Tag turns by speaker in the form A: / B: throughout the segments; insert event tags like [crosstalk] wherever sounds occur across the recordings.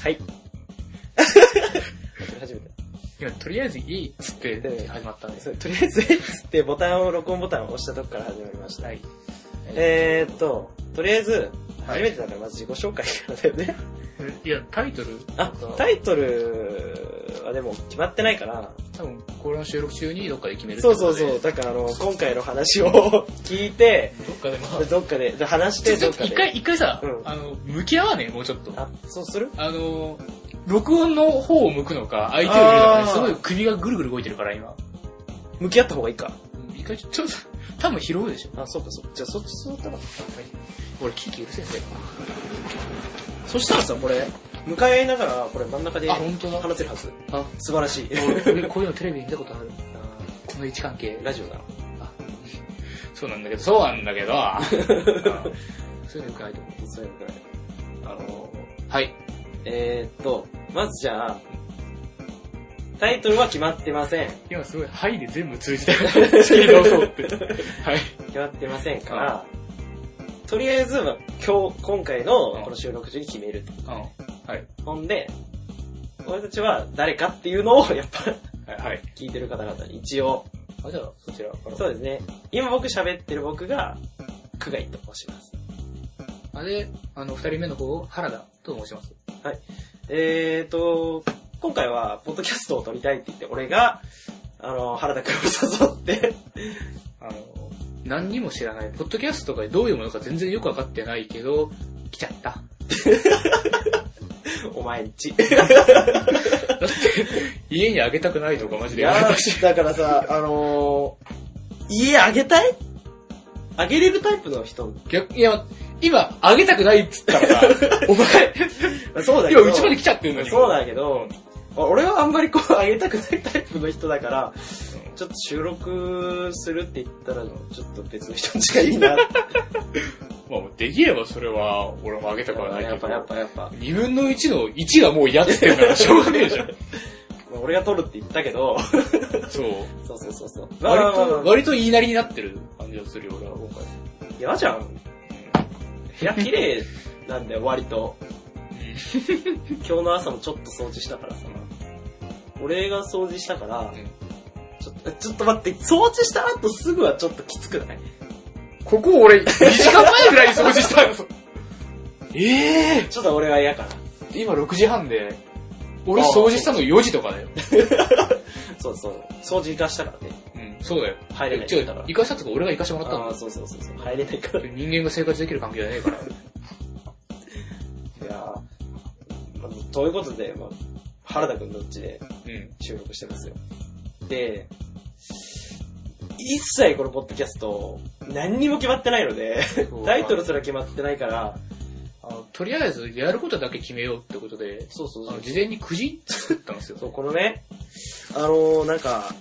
A: はい。 [laughs] 初めて。
B: 今、とりあえずいいっつって始まったんです
A: そ。れとりあえず、えっつってボタンを、録音ボタンを押したとこから始まりました。
B: はい。
A: えーっと、とりあえず、
B: はい
A: 初めてだからまず自己紹介からだよね。
B: いや、タイトル
A: あ、タイトルはでも決まってないから、
B: 多分、これの収録中にどっかで決めるって
A: そ
B: こ
A: うそ
B: と
A: うそう、。
B: で
A: だからあの、今回の話を [laughs] 聞いて、
B: どっかでまあ、
A: どっかで、で話し
B: ち
A: て、
B: ょち
A: ど
B: ょ
A: っ
B: っ
A: か
B: と
A: で。
B: 一回、一回さ、
A: うん
B: あの、向き合わねえ、もうちょっと。
A: あ、そうする
B: あの、録音の方を向くのか、相手を見るのか
A: あ
B: ね、
A: ー
B: すごい首がぐるぐる動いてるから、今。
A: 向き合った方がいいか。
B: うん一回ちょ、ちょっと、多分拾うでしょ。
A: あ、そうか、そうじゃあそっち座ったら。
B: 俺、キーキーうるせえんだよ。
A: そしたらさ、これ、向かい合いながら、これ真ん中で
B: あ、
A: 話
B: 本当だ。
A: せるはず。
B: あ、
A: 素晴らしい。
B: 俺、こういうのテレビで見たことある。この位置関係。
A: [laughs] ラジオだ。
B: あ [laughs] そうなんだけど、そうなんだけど、あ [laughs] そういうのよくないと思
A: そういうぐらい。
B: う。あの、はい。
A: えーっと、まずじゃあ、タイトルは決まってません。
B: 今すごい、はいで全部通じた [laughs] から、仕切り直そうって。はい。
A: 決まってませんから、とりあえず、まあ今日、今回のこの収録中に決めると。
B: うん。はい。
A: ほんで、俺たちは誰かっていうのを、 [laughs] やっぱ、
B: はい。はい。
A: 聞いてる方々に一応。
B: あ、じゃあ、そちらから。
A: そうですね。今僕喋ってる僕が、久我井と申します。
B: あれ、あの、二人目の方、原田と申します。
A: えーと、今回は、ポッドキャストを撮りたいって言って、俺が、あの、原田くんを誘って、 [laughs]
B: あの、何にも知らない。ポッドキャストとかでどういうものか全然よくわかってないけど、来ちゃった。
A: お前んち。
B: だ [laughs] って、家にあげたくないとかマジ
A: い
B: でやめ
A: や
B: たし。
A: だから
B: [laughs]
A: さ、あのー、家あげたいあげれるタイプの人。
B: 逆いや、今、あげたくないっつった [laughs] らさ、お前、
A: そうだけ
B: 今
A: ど。
B: うちまで来ちゃってるのに。
A: そうだけど、俺はあんまりこう、あげたくないタイプの人だから、
B: うん
A: ちょっと収録するって言ったら、ちょっと別の人にしかいいなって。
B: まあ、できればそれは、俺 [laughs] もあげたくはないけど。
A: やっぱやっぱやっぱ。
B: 2分の1の1がもう嫌って言ってる
A: [laughs]
B: から、しょうがねえじゃん。
A: まあ俺が撮るって言ったけど、
B: そう。
A: そうそうそうそう。
B: 割
A: まあまあまあ
B: と、割と言いなりになってる感じがするよ、俺は今回。
A: 嫌じゃん。部屋綺麗なんだよ、割と。今日の朝もちょっと掃除したからさ。俺が掃除したから、ちょっと、ちょっと待って、掃除した後すぐはちょっときつくない
B: ここ俺、2時間前ぐらいに掃除したの。ええ
A: ちょっと俺は嫌かな。
B: 今6時半で、俺掃除したの4時とかだよ。
A: そうそう。掃除行かしたからね。
B: うん、そうだよ。
A: 入れない
B: 違う
A: から。
B: 行かしたとか俺が行かしてもらった
A: あ
B: の。
A: あ、そうそうそうそう。入れないから。い
B: 人間が生活できる環境じゃねえから。
A: やーまあということで、まあ、原田くんのうちで [laughs]
B: うん。
A: 収録してますよ。で、一切このポッドキャスト、何にも決まってないので、タイトルすら決まってないから、
B: あのとりあえずやることだけ決めようってことで、
A: そうそう
B: あの事前にくじ作ったんですよ。
A: そう、このね、あのー、なんか、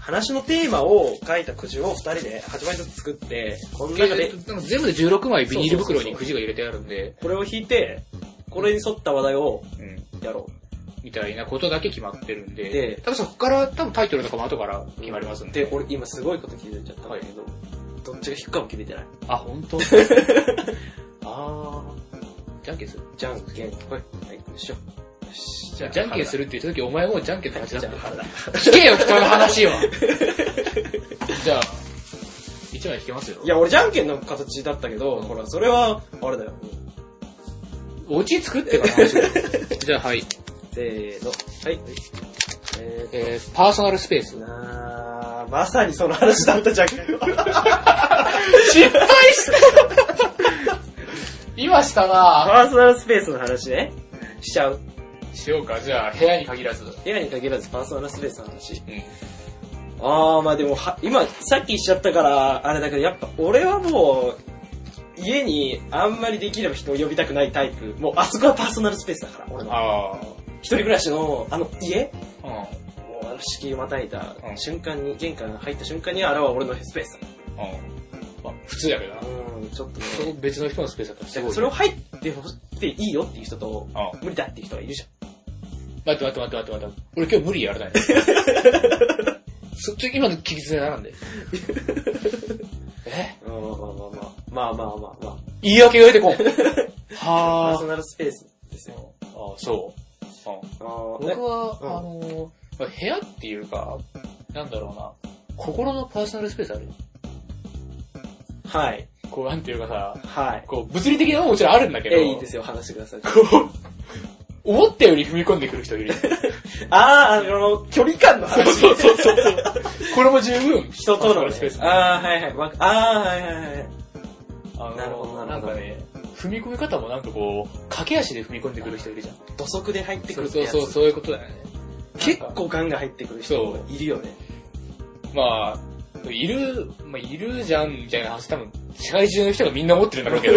A: 話のテーマを書いたくじを二人で始まりずつ作って、この中
B: で
A: で
B: なんか全部で16枚ビニール袋にくじが入れてあるんで、
A: これを引いて、これに沿った話題を
B: うん
A: やろ
B: みたいなことだけ決まってるんで
A: で、
B: 多分そこから、多分タイトルとかも後から
A: う。
B: 決まりますんで。
A: で、俺今すごいこと気づいちゃったんだけど、どっちが引くかも決めてない。
B: [laughs] あ、本当
A: あ
B: じゃんけんする。
A: ー、じゃんけん。ほい。はい、よいしょ。よし、
B: じゃんけんするって言った時、お前もうじゃんけんの勝ち
A: じ
B: だ
A: ゃあ、
B: っ
A: 原田。
B: た。聞けよ、人の話 [laughs] はじゃあ、1枚引けますよ
A: い。や、俺じゃんけんの形だったけど、ほら、それは、あれだよ。
B: お家作ってから話し [laughs] ようじゃあ、はい。
A: せーの。はい。えー
B: えー、パーソナルスペース
A: と、。なー、まさにその話だったじゃんけん。
B: 失敗した今したな
A: パーソナルスペースの話ね。しちゃう。
B: しようか、じゃあ部屋に限らず。
A: 部屋に限らずパーソナルスペースの話。
B: うん。
A: あー、まあでもは、今、さっき言っちゃったから、あれだけど、やっぱ俺はもう、家にあんまりできれば人を呼びたくないタイプ。もう、あそこはパーソナルスペースだから、俺の。
B: あ
A: 一人暮らしの、あの家
B: あ。うん。
A: もう、あの敷居をまたいだ
B: うん
A: 瞬間に、玄関入った瞬間に、あれは俺のスペースだ。
B: うん。まあ、普通やけどな。
A: うん、ちょっとね。
B: そこ別の人のスペースだったらすごいね。
A: それを入ってほしっていいよっていう人と、
B: ああ
A: 無理だっていう人がいるじゃん。
B: 待って待って待って待って待って。俺今日無理やらない。 [laughs] そっち今の聞き捨てならんで。え
A: うんまあまあまあまあ。まあまあまあまあ。
B: 言い訳が出てこん。
A: パー
B: は
A: ソナルスペースですよ。
B: あ。あそう。うん
A: あー
B: 僕
A: ね
B: は、
A: うん
B: あのー、部屋っていうか、なんだろうな、心のパーソナルスペースあるよ
A: はい。
B: こう、なんていうかさ、
A: はい。
B: こう、物理的なものもちろんあるんだけど、
A: え、いいですよ、話してください。
B: こう、思ったより踏み込んでくる人いる。
A: あー、あの、距離感の話。
B: そうそうそうそう。これも十分、
A: 人と
B: パ
A: の
B: ーソナルスペース。
A: あー、はいはい。わあー、はいはいはい。
B: あのー
A: なるほどな
B: な
A: る
B: ん
A: ほ
B: か
A: ど
B: ね、踏み込み方もなんかこう、駆け足で踏み込んでくる人いるじゃん。
A: 土足で入ってく
B: そ
A: る
B: う
A: って
B: そう
A: やつ。
B: そう、そういうことだよね。
A: 結構ガンガン入ってくる人いるよね。
B: まあ、いる、まあ、いるじゃん、みたいな話多分、世界中の人がみんな思ってるんだろうけ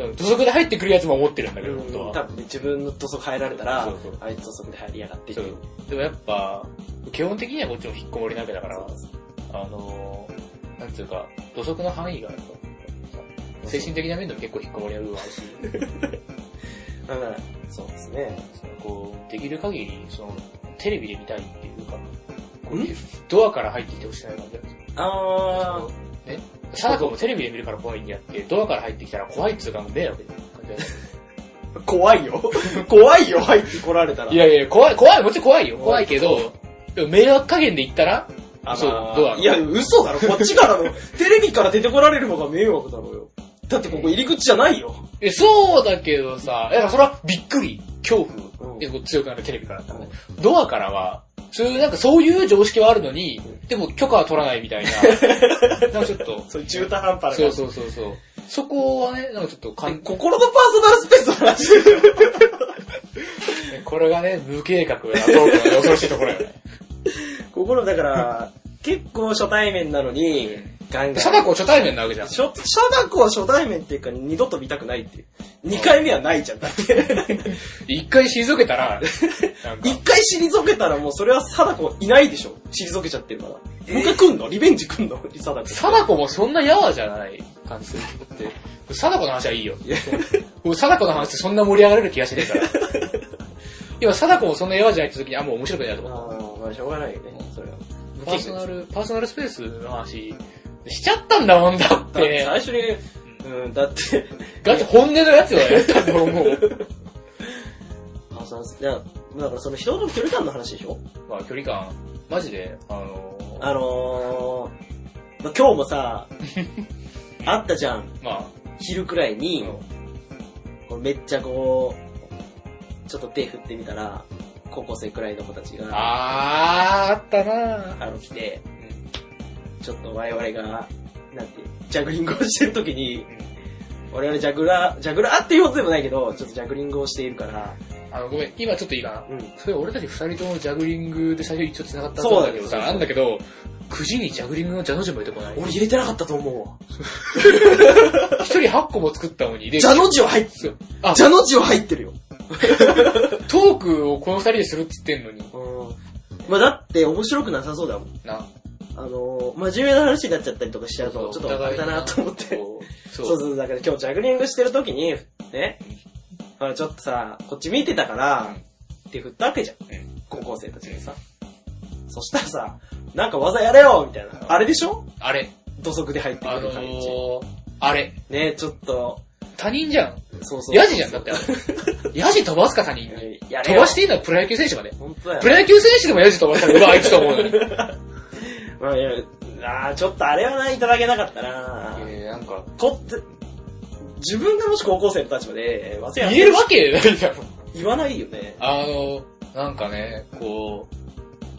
B: ど、土足で入ってくるやつも思ってるんだけど、本当
A: うん多
B: は。
A: 分ね自分の土足入られたら
B: そうそう、
A: あいつ土足で入りやがってって
B: そ
A: いう
B: う。でもやっぱ、基本的にはこっちも引っこもりなわけだから、あのー、なんつうか、土足の範囲があると。精神的な面でも結構引っこもりな部分あるし、
A: だから、そうですね。
B: そのこう、できる限り、その、テレビで見たいっていうか、こうんドアから入ってきてほしくない感じなんですよ
A: あー、
B: ね、貞子もテレビで見るから怖いんやって、ドアから入ってきたら怖いっつうかもう迷惑で。
A: 怖いよ。 [laughs] 怖いよ、入ってこられたら。
B: い、やいや、怖い、怖い、もちろん怖いよ。怖
A: 怖
B: い
A: い
B: けど、でも迷惑加減で言ったら、
A: あ
B: そうドアの
A: いや、嘘だろ、こっちからの。テレビから出てこられる方が迷惑だろうよ。だってここ入り口じゃないよ。
B: え、そうだけどさ、いや、それはびっくり、恐怖、
A: うん
B: でこう強くなるテレビから。ドアからは、そういう、なんかそういう常識はあるのに、でも許可は取らないみたい [laughs] な。なんかちょっと、
A: そういう中途半端
B: そう
A: な
B: そうそうそう。そこはね、なんかちょっとか
A: 感
B: ん
A: じ。、心のパーソナルスペースの話ですよ。
B: これがね、無計画なトークの恐ろしいところ [laughs] よね。
A: [laughs] 心、だから、結構初対面なのに、ガンガン。
B: 貞子初対面なわけじゃん。
A: しょ、貞子は初対面っていうか二度と見たくないっていう。二回目はないじゃん、 [laughs] だって。
B: 一回退けたら、なんか
A: 一、回退けたらもうそれは貞子いないでしょ。退けちゃってるから。もう一回来んのリベンジ来んの貞子。
B: 貞子もそんなやわじゃない感じするって。貞子の話はいいよ。僕貞子の話ってそんな盛り上がれる気がしね [laughs] えから。今、貞子もそんなやわじゃないって時に、あ、もう面白くないなと思っ
A: あーまあしょうがないよね、それは。
B: た。パーソナル、パーソナルスペースの話、しちゃったんだもんだっ
A: だって
B: [laughs] て。
A: 最初に、うん、だ
B: [laughs]
A: って、
B: ガチ本音のやつはやったんだもん、もう。 [laughs]
A: あそうですいや、だからその人との距離感の話でしょ
B: まあ、距離感、マジで、あのー
A: あのー、まあ、今日も
B: [laughs]
A: さ、あったじゃん、
B: まあ、
A: 昼くらいに、
B: うん
A: こうめっちゃこう、ちょっと手振ってみたら、高校生くらいの子たちが、
B: あー、あったなぁ。
A: あの来て、ちょっと我々が、なんていう、ジャグリングをしてる時に、我々ジャグラー、ジャグラーっていうことでもないけど、ちょっとジャグリングをしているから、
B: あの、ごめん、今ちょっといいかな。
A: うん。
B: それ俺たち二人ともジャグリングで最初一応繋がったと思うんだけどさ、
A: そうだ
B: な
A: よ
B: んだけど、9時にジャグリングのジャの字も出てこない。
A: 俺入れてなかったと思うわ。
B: [laughs] 一人8個も作ったのに、で、
A: ジャの字は入ってる。
B: あ
A: ジャの字は入ってるよ。
B: トークをこの二人でするっつってんのに。
A: うん。まあだって面白くなさそうだもん。
B: な。
A: あのー、真面目な話になっちゃったりとかしちゃうと、ちょっとあれだなと思って。
B: こう
A: そ
B: [laughs] そうう。
A: そうだから今日ジャグリングしてる時に、ね、まあちょっとさ、こっち見てたから、って振ったわけじゃん
B: うん。
A: 高校生たちにさ。そしたらさ、なんか技やれよみたいな。あれでしょ
B: あれ、
A: 土足で入ってく
B: あの
A: る感じ。
B: ー、あれ、
A: ねちょっと、
B: 他人じゃん。
A: そうそう。
B: ヤジじゃん、だってあれ。ヤジ飛ばすか、他人に。
A: やれ
B: 飛
A: よ
B: ばしていいのはプロ野球選手まで。
A: 本当だよ
B: プ。ロ野球選手でもヤジ飛ばしたら、うわ、あいつと思うの [laughs] に。
A: まあいや、あーちょっとあれはないただけなかったな
B: えーなんか、
A: こって、自分がもし高校生の立場で、忘れや
B: 言えるわけないじゃん。
A: 言わないよね。
B: あの、なんかね、こ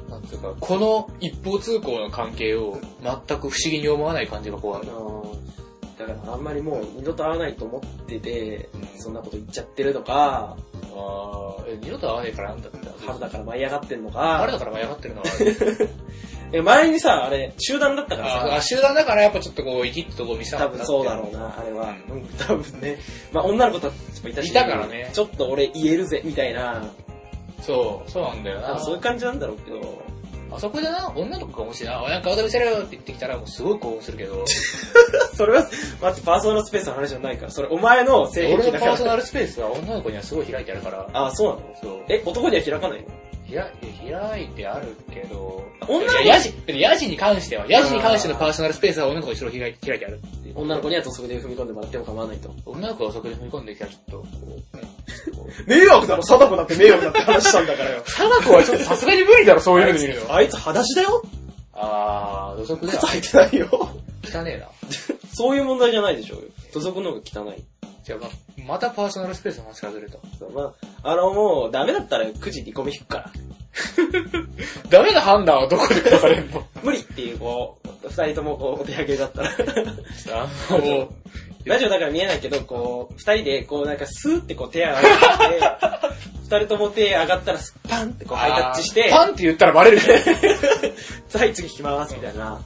B: う、なんていうか、この一方通行の関係を全く不思議に思わない感じが怖
A: あ
B: い。
A: のだからあんまりもう二度と会わないと思ってて
B: う、ん
A: そんなこと言っちゃってるのか、
B: ああ、え、二度と会わねえからなんだって。
A: 春だから舞い上がってんのか、
B: 春だから舞い上がってるのはあれ
A: え前にさ、あれ、集団だったから
B: あ
A: さ、
B: あ、集団だからやっぱちょっとこう、生きったとこ見せた
A: 多分そうだろう
B: な。
A: な、あれは。
B: う
A: うん、多分ね。まあ女の子たちもいたし、
B: いたからね
A: ちょっと俺言えるぜ、みたいな、
B: そう、そうなんだ
A: 多
B: よな。
A: 分そういう感じなんだろうけど、
B: あそこでな、女の子がもしな、おなんか踊りせろよって言ってきたら、もうすごい興奮するけ [laughs] ど、
A: それは、待って、パーソナルスペースの話じゃないから、それお前の性
B: 俺
A: 癖
B: の
A: だ
B: パ
A: か
B: ーソ
A: ら。
B: ナルスペースは女の子にはすごい開いてあるから、
A: あ、そうなの
B: そう。
A: え、男には開かないの
B: ひらいや開いてあるけど、
A: 女の子
B: いやヤジ、ヤジに関しては、ヤジに関してのパーソナルスペースは女の子にしろ開い開いてあるっていう。
A: 女の子には土足で踏み込んでもらっても構わないと。
B: 女の子がそこで踏み込んできたらちょっと、こう、ね、ちょっとこ
A: 迷惑だろ、貞子だって迷惑だって話したんだからよ。
B: 貞子はちょっとさすがに無理だろ、そういうの見る
A: [laughs]
B: の。
A: あいつ裸足だ [laughs] よ
B: あー、土足だ
A: 靴。履いてないよ。
B: 汚ねえな。
A: そういう問題じゃないでしょうよ。土足の方が汚い。
B: じゃあ、ま、またパーソナルスペースの話がずれた。
A: まあ、あのもう、ダメだったら9時にゴミ引くから。
B: ダメな判断はどこで下されんの
A: 無理っていう、こう、二人ともこう、お手上げだったら。
B: あの、
A: ラジオだから見えないけど、こう、二人で、こう、なんか、スーってこう、手上がって、二人とも手上がったら、パンってこう、ハイタッチして、
B: パンって言ったらバレるじゃん。
A: はい、次引きます、みたいな。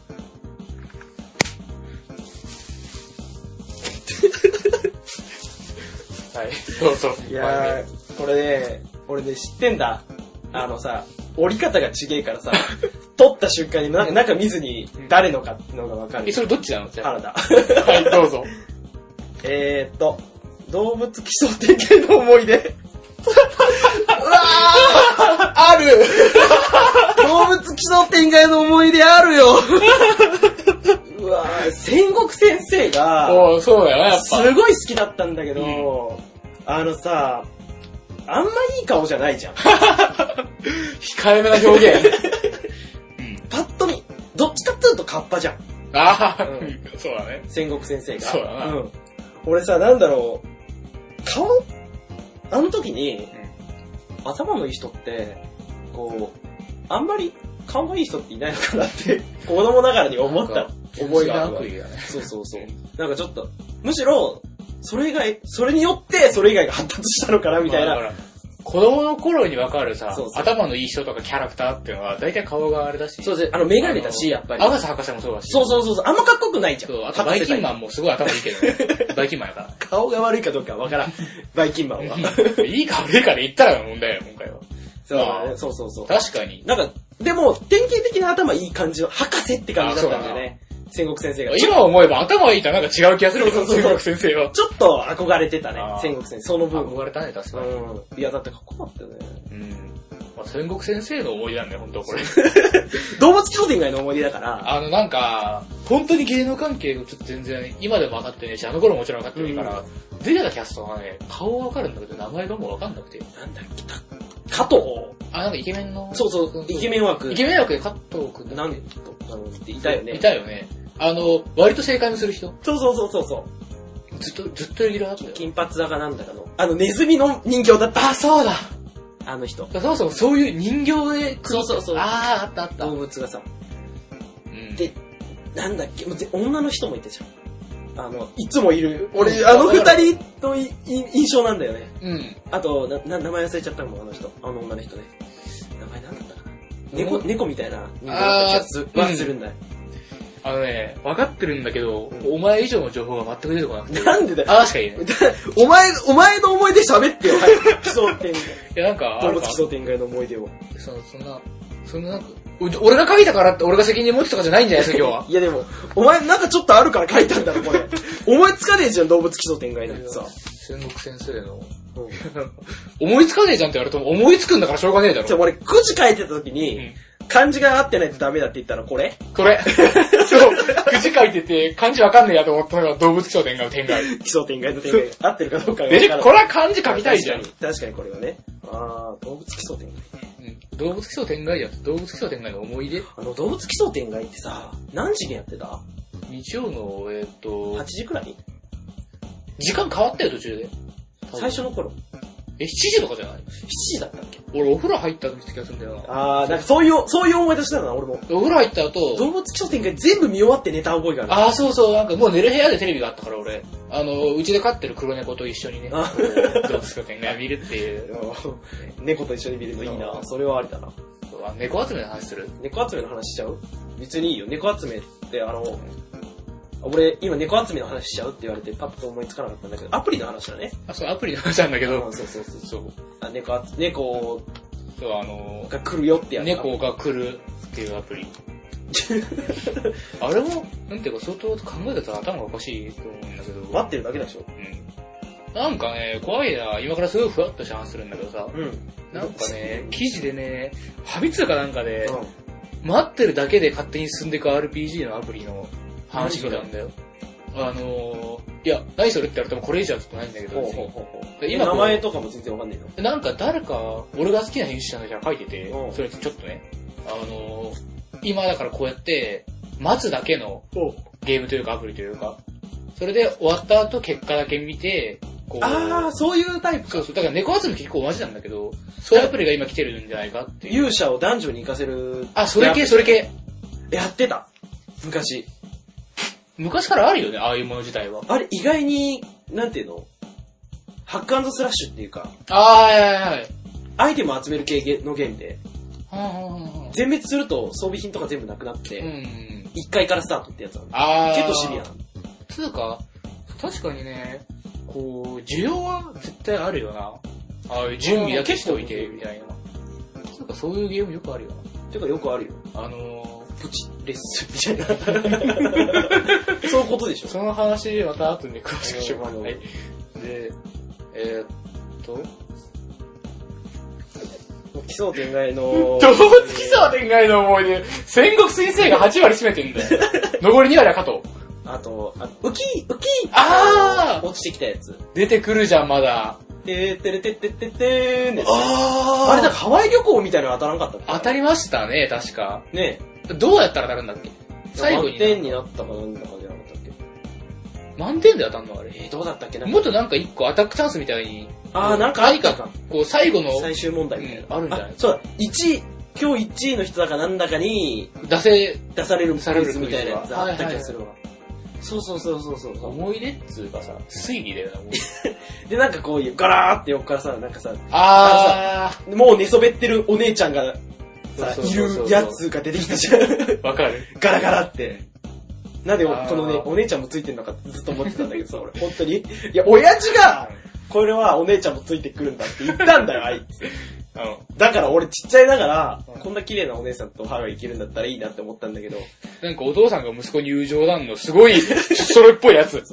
B: はい、そうそう。
A: いやー、これね、俺ね、知ってんだ。あのさ、折り方が違え [laughs] からさ、取った瞬間になんか中見ずに誰のかってのがわか
B: え、
A: る。
B: それどっちなのじゃあ。
A: 原田。
B: はい、どうぞ。
A: えーっと、動物基礎点検の思い [laughs] 出。
B: ある
A: 動物基礎展開の思い出あるよ。 [laughs] うわぁ、戦国先生が、
B: おうそうだよな、やっぱ。
A: すごい好きだったんだけど、あのさ、あんまいい顔じゃないじゃん。
B: 控えめな表現。
A: パッと見、どっちかっていうとカッパじゃん。
B: ああ、
A: う
B: そうだね。
A: 戦国先生が。。
B: そうだなん
A: 俺さ、なんだろう、顔あの時に、頭のいい人って、こう、あんまり顔がいい人っていないのかなって、子供ながらに思った覚えがあるわ
B: 悪意だね。
A: そうそうそう。なんかちょっと、むしろ、それ以外、それによって、それ以外が発達したのかな、みたい
B: まあ
A: な。
B: だから子供の頃にわかるさ
A: そうそう
B: 頭のいい人とかキャラクターっていうのは、大体顔があれだし、
A: そうですあの、メガネだし、やっぱり。
B: アガサ博士もそうだし、
A: そうそうそうそう、あんまかっこよくないじゃん。
B: そうあとバイキンマ
A: ン。
B: ンもすごい頭いいけ
A: [laughs]
B: どね。バイキンマンやか
A: 顔が悪いかどうかわからん。バイキンマンは。
B: ら。 [laughs] いいか悪いかで言ったらの問題よ、今回は。
A: そうだねそうそうそう。
B: 確かに。
A: なんか、でも、典型的な頭いい感じの、博士って感じだったんだよね。戦国先生が。ちょ
B: 今思えば頭いいとなんか違う気がするけ
A: そう
B: ど、
A: そうそう
B: 中学先生は。
A: ちょっと憧れてたね
B: あ、ー
A: 戦国先生。その分。
B: 憧れたね、確かに。
A: うん。いや、だってかっこよかったよね。
B: うん。まあ、戦国先生の思い出なんだよ、本当これ。
A: 動物教典以外の思い出だから。
B: あの、なんか、本当に芸能関係のちょっと全然、今でも分かってねえし、あの頃ももちろん分かってねえから、出てたキャストはね、顔は分かるんだけど、名前がもう分かんなくて。
A: なんだっけ、た加藤。
B: あ、なんかイケメンの。
A: そうそう、イケメン枠。
B: イケメン枠で加藤くんだっ
A: なんだろうっていたよ
B: け
A: ね。
B: いたよね。あの、割と正解もする人。
A: そうそうそうそうそう。
B: ずっと、ずっとレギュラーだったよ。
A: 金髪だかなんだかの。あの、ネズミの人形だった。
B: あ、そうだ
A: あの人。
B: そもそもそういう人形で、
A: そうそうそう
B: あー、あったあった。
A: 動物がさ、
B: うん
A: でなんだっけ、もうぜ女の人もいたじゃん。あの、いつもいる。
B: う
A: 俺、
B: ん
A: あの二人のいい印象なんだよね。
B: うん。
A: あと、な、な名前忘れちゃったもん、あの人。あの女の人ね。名前なんだったかな。猫、
B: うん
A: 猫みたいな人形だった気がする
B: あー
A: はするんだよ。
B: あのね、分かってるんだけど、
A: うん
B: お前以上の情報が全く出てこなくて。
A: なんでだよ。
B: あーし
A: [laughs]
B: か言えない。
A: お前、お前の思い出喋ってよ。 [laughs] はい、奇想天
B: いや、なんか、あ
A: 外。動
B: る
A: 物
B: か
A: 奇想天外の思い出を。
B: そのそんな、そんななんか、お俺が書いたからって俺が責任持つとかじゃないん [laughs] じゃないですか、今
A: いやでも、お前なんかちょっとあるから書いたんだろ、 [laughs] これ。思いつかねえじゃん、動物基礎展開なんて
B: 日
A: さ
B: は。。戦国先生の。
A: うん
B: 思いつかねえじゃんって言われても思いつくんだからしょうがねえだ
A: じゃあ
B: ろ。
A: 俺、くじ書いてた時に、漢字が合ってないとダメだって言ったらこれ
B: こ [laughs] れ。そう、くじ書いてて、漢字わかんねえやと思ったのが動物商店街の展開。
A: 基礎展開と展開が合ってるかどうかが
B: で、
A: 分から
B: これは漢字書きたいじゃん。
A: 確かに、確かにこれはね。あー、動物基礎展開。
B: うん動物基礎天外や動物基礎天外の思い出
A: あの、動物基礎展開ってさ、何時にやってた
B: 日曜の、えーっ
A: ?8
B: と、
A: 時くらい
B: 時間変わったよ途中で。
A: 最初の頃。
B: え、7時とかじゃない
A: 7時だったっけ
B: 俺お風呂入った後に気がするんだよな。
A: あー、なんかそういう、そういう思い出したな、俺も。
B: お風呂入った後、
A: 動物基礎展開全部見終わって寝た覚えがある。
B: ああ、そうそう、なんかもう寝る部屋でテレビがあったから俺、あの、うちで飼ってる黒猫と一緒にね、
A: あ
B: どうすかね、見るっていう。
A: 猫と一緒に見るのいいな。それはありだな。
B: あ猫集めの話する
A: 猫集めの話しちゃう別にいいよ。猫集めって、あの、俺、今猫集めの話しちゃうって言われてパッと思いつかなかったんだけど、アプリの話だね。
B: あ、そう、アプリの話なんだけ
A: う
B: ど
A: ん、、そうそうそう。
B: そう、
A: あ猫集、猫
B: そう、あの、
A: が来るよってやつ。
B: 猫が来るっていう
A: [laughs]
B: アプリ。あれも、なんていうか相当考えたと頭がおかしいと思うんだけど、
A: 待ってるだけでしょ。
B: うん。なんかね、怖いな、今からすごいふわっとした話するんだけどさ、
A: うん。
B: なんかね、記事でね、ハビツかなんかで、
A: うん。
B: 待ってるだけで勝手に進んでいく RPG のアプリの話見たんだよ。あのー、いや、何それって言われてもこれ以上はちょっとないんだけど、
A: ほう
B: 別
A: ほう
B: に
A: ほうほう。
B: で
A: え
B: 今こ
A: 名
B: う
A: 前とかも全然わかんないの。
B: なんか誰か、俺が好きな編集者の人が書いてて
A: う、ん
B: それちょっとね、あのー、今だからこうやって、待つだけのゲームというかアプリというか、それで終わった後結果だけ見て、こう、
A: あー、そういうタイプ
B: そう
A: か。
B: そう、だから猫集め結構同じなんだけど、そういうアプリが今来てるんじゃないかっていう。
A: 勇者を男女に行かせる。
B: あ、それ系、それ系。
A: やってた。昔。
B: 昔からあるよね、ああいうもの自体は。
A: あれ、意外に、なんていうのハックスラッシュっていうか、
B: あー、はいはいはい。
A: アイテム集める系のゲームで、
B: はんはんはんはん
A: 全滅すると装備品とか全部なくなっ
B: う
A: て、
B: ん。
A: 1階からスタートってやつなんだ。
B: あー。
A: 結構シビアな。
B: つうか、確かにね、こう、需要は絶対あるよな。ああいう準備だけしておいて、みたいな。つうか、そういうゲームよくあるよ
A: ていうかよくあるよ。
B: な。あの
A: プチレッスンみ [laughs] たいな。そういうことでし
B: ー、
A: ょ。
B: その話、また後に詳しくしようか
A: う
B: な。
A: ん
B: はい。で、えー、っと、
A: 奇想天外の。
B: どうきそう天外の思い出、戦国先生が8割占めてんだ [laughs] よ。残り2割は加藤。
A: あと、あ浮き、浮き
B: あー
A: 落ちてきたやつ。
B: 出てくるじゃん、まだ。
A: てーてれてってってってーんですね
B: あ
A: あれ
B: れ
A: なん
B: だ
A: か、ハワイ旅行みたいなの当たらんかったっけ
B: 当たりましたね、確か。
A: ね
B: どうやったら当たるんだっけ
A: え。
B: 最後
A: 満
B: に。
A: 点になったかなんだかじゃなかったっけ
B: 満点で当たんのあれ。
A: えー、どうだったっけなんか
B: もっとなんか一個アタックチャンスみたいに、
A: あー、なんかあったか。
B: こう最後の
A: 最終問題みたいな。
B: うんあるんじゃない
A: そうだ、1位、今日1位の人だかなんだかに
B: 出せ、
A: 出される
B: 出される
A: クイズみたいなやつあった気がするわ。そうそうそうそうそうそう。
B: 思い出っつうかさ、推理だよな、もう。
A: で、なんかこういう、ガラーって横からさ、なんかさ、
B: あ
A: もう寝そべってるお姉ちゃんが、さ、
B: そう
A: い
B: そうそうそう
A: るやつが出てきたじゃん。 [laughs]
B: ー、わかる。
A: ガラガラって。なんで
B: あー
A: このね、お姉ちゃんもついてんのかってずっと思ってたんだけどさ、俺、本当に。いや、親父が、これはお姉ちゃんもついてくるんだって言ったんだよ、あいつ。
B: うん。
A: だから俺ちっちゃいながら
B: うん、
A: こんな綺麗なお姉さんとハワイ行けるんだったらいいなって思ったんだけど、
B: なんかお父さんが息子に友情なんの、すごい、 [laughs] それっぽいやつ。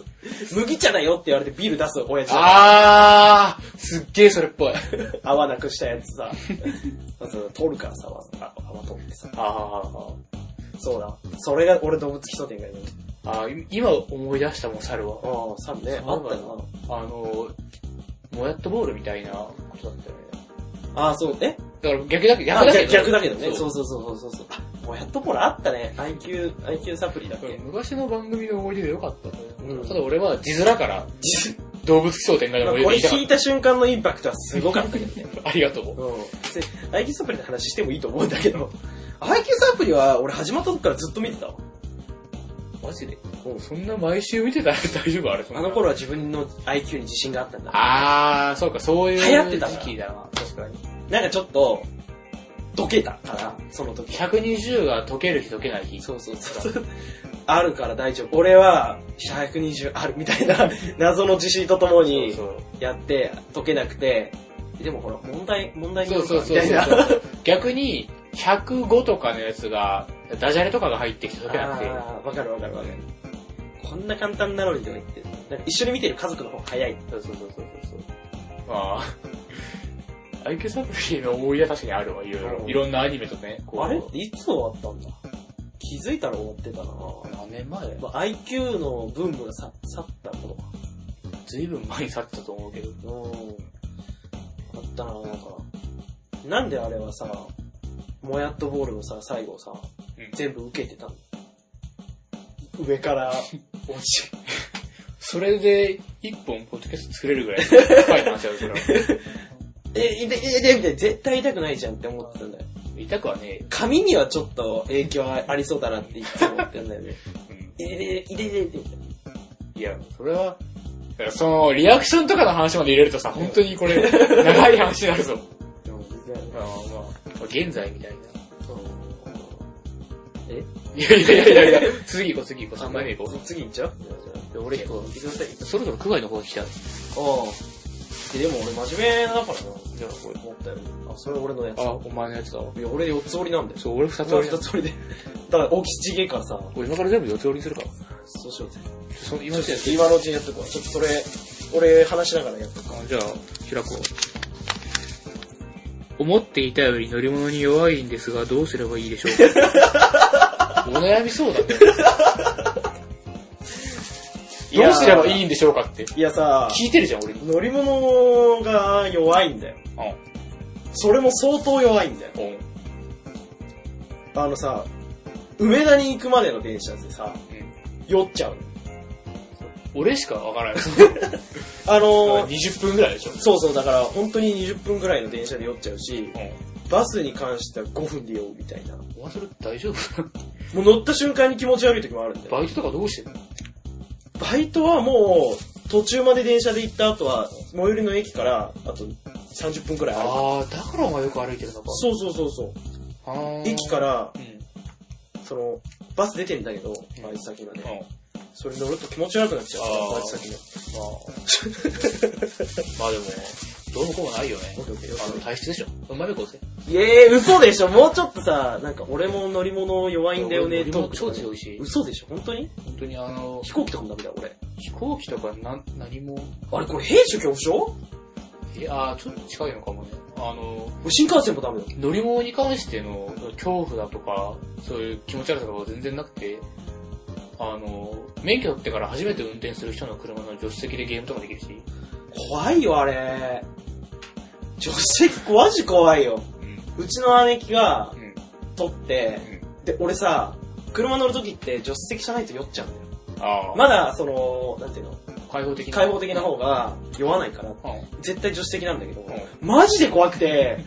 A: 麦茶だよって言われてビール出す親父が
B: あー、すっげーそれっぽい。
A: 泡なくしたやつ [laughs] さ、まず取るからさ、わざわざ泡取ってさ。
B: あ
A: そうだ。それが俺動物基礎点がいいの。
B: ー、あー、今思い出したもん、猿は。
A: ああ、サムね。あったよ
B: あのー、もやっとボールみたいなことだったよね。
A: な。ああ、そう。え
B: だから逆だけ、
A: あ
B: 逆だけ
A: 逆逆だけどね。
B: そ
A: そううそうそうそうそう。あもうやっとほらあったね。IQ、IQ サプリだっけ。
B: 昔の番組の思い出で良かったね。
A: うん
B: ただ俺は字面から動物奇想天外の思い
A: こ
B: 出
A: れ
B: で言
A: 引
B: い
A: いた瞬間のインパクトはすごかったけどね。
B: た [laughs] かった。ありがとう。
A: うん。別に IQ サプリの話してもいいと思うんだけど。IQ サプリは俺始まった時からずっと見てたわ。
B: マジで
A: うん
B: そんな毎週見てたら [laughs] 大丈夫あれそんな
A: あの頃は自分の IQ に自信があったんだ。
B: あー、そうか、そういう
A: 流行ってたな
B: 時期だな。確かに。
A: なんかちょっと、どけたから、その時。
B: 120が解ける日解けない日。
A: そうそうそう。あるから大丈夫。俺は、120あるみたいな謎の自信とともに
B: そう
A: やって、解けなくて、でもほら、問題、問題に
B: そう
A: よるか
B: そう
A: らみ
B: そう
A: たいな。
B: そう。逆に、105とかのやつが、ダジャレとかが入ってきて解けなくて。
A: あーわかるわかるわかる。こんな簡単なのにとか言って、なんか一緒に見てる家族の方が早い。
B: そうそうそうそうそう。ま [laughs] あ、IQ サプリの思い出は確かにあるわ、いろいろ。いろんなアニメとね。こう
A: あれいつ終わったんだ気づいたら終わってたなぁ。
B: 何年前
A: まあ IQ のブームが去去った頃か。
B: ずいぶん前に去ってたと思うけど。
A: うん。あったな、なんか。なんであれはさ、もやっとボールをさ、最後さ、
B: うん
A: 全部受けてたの上から、落ち。
B: それで、一本ポッドキャスト作れるぐらいの深い話ある [laughs] から。
A: [laughs] え、痛い痛い痛いみたいな。絶対痛くないじゃんって思ってたんだよ。
B: 痛くはねえよ。
A: 髪にはちょっと影響ありそうだなっていつも思ってんだ [laughs] よね。痛い痛い痛い痛い痛いみたい
B: いや、それは、だからその、リアクションとかの話まで入れるとさ、本当にこれ、長い話になるぞ。
A: な。でも全然
B: あまあ、現在みたいな。
A: え
B: いやいやいやいや、次行こう、次行こう、3枚目行こ
A: そう次行っちゃう
B: う。俺行こ。
A: 行ってくださいう
B: そろそろ区外の方来た。じ
A: ああ。ででも俺真面目だからな。
B: ゃあ、これ。
A: 思ったより。あ、それ俺のやつ。
B: あ、お前のやつだわ。
A: いや、俺四つ折りなんだよ。
B: そう、俺二つ
A: 俺
B: 折り
A: 二つ折りで。 [laughs] だから大きちげえからさ、
B: 俺今から全部四つ折りにするから。
A: そうしようぜ。
B: その今のやつ
A: 今のうちにやっとくわ。ちょっとそれ、俺話しながらやっとくわ。
B: じゃあ、開こう。思っていたより乗り物に弱いんですが、どうすればいいでしょう [laughs] かお悩みそうだね。
A: いや
B: どうすればいいんでしょうかって。
A: いやさ、
B: 聞いてるじゃん、俺に。
A: 乗り物が弱いんだよ。それも相当弱いんだよ。
B: うん。
A: あのさ、梅田に行くまでの電車でさ、
B: うん
A: 酔っちゃうの。
B: 俺しかわから [laughs] ない。
A: あのー、
B: 20分ぐらいでしょ。
A: そうそう、だから本当に20分くらいの電車で酔っちゃうし、
B: うん。
A: バスに関しては5分で酔うみたいな。も
B: お前それ大丈夫 [laughs]
A: う乗った瞬間に気持ち悪い時もあるんだよ。
B: バイトとかどうしてんの
A: バイトはもう、途中まで電車で行った後は、最寄りの駅から、あと30分くらいある。
B: あー、だからお前よく歩いてるのか。
A: そうそうそうそう。
B: あー
A: 駅か。ら、
B: うん。
A: その、バス出てんだけど、バイト先まで
B: [laughs] うん。。ま
A: それ乗ると気持ち悪くなっちゃ
B: あ
A: う、
B: ー
A: バイト先の。
B: あ。まあでも、どうもこうもないよね
A: オッ。ケーオッケー
B: あの、体質でしょ。うまいこうぜ。
A: いえー、嘘でしょもうちょっとさ、なんか俺も乗り物弱いんだよね、
B: 俺
A: ト
B: も
A: ークと
B: 超
A: かね
B: 強いし、
A: 嘘でしょ本当に
B: 本当にあの、
A: 飛行機とかもダメだよ、俺。
B: 飛行機とかなん何も、
A: あれ、これ兵士恐怖症
B: いやー、ちょっと近いのかもね。あの、
A: 俺新幹線もダメだ。
B: 乗り物に関しての恐怖だとか、そういう気持ち悪さとかは全然なくて、あの、免許取ってから初めて運転する人の車の助手席でゲームとかできるし、
A: 怖いよ、あれ。助手席、マジ怖いよ。
B: うん。
A: うちの姉貴が
B: うん。
A: 撮って、で、俺さ、車乗るときって助手席じゃないと酔っちゃうんだよ。
B: ああ、
A: まだ、その、なんていうの、
B: 開放的な。
A: 開放的な方が酔わないから、
B: うん。
A: 絶対助手席なんだけど、
B: うん。
A: マジで怖くて、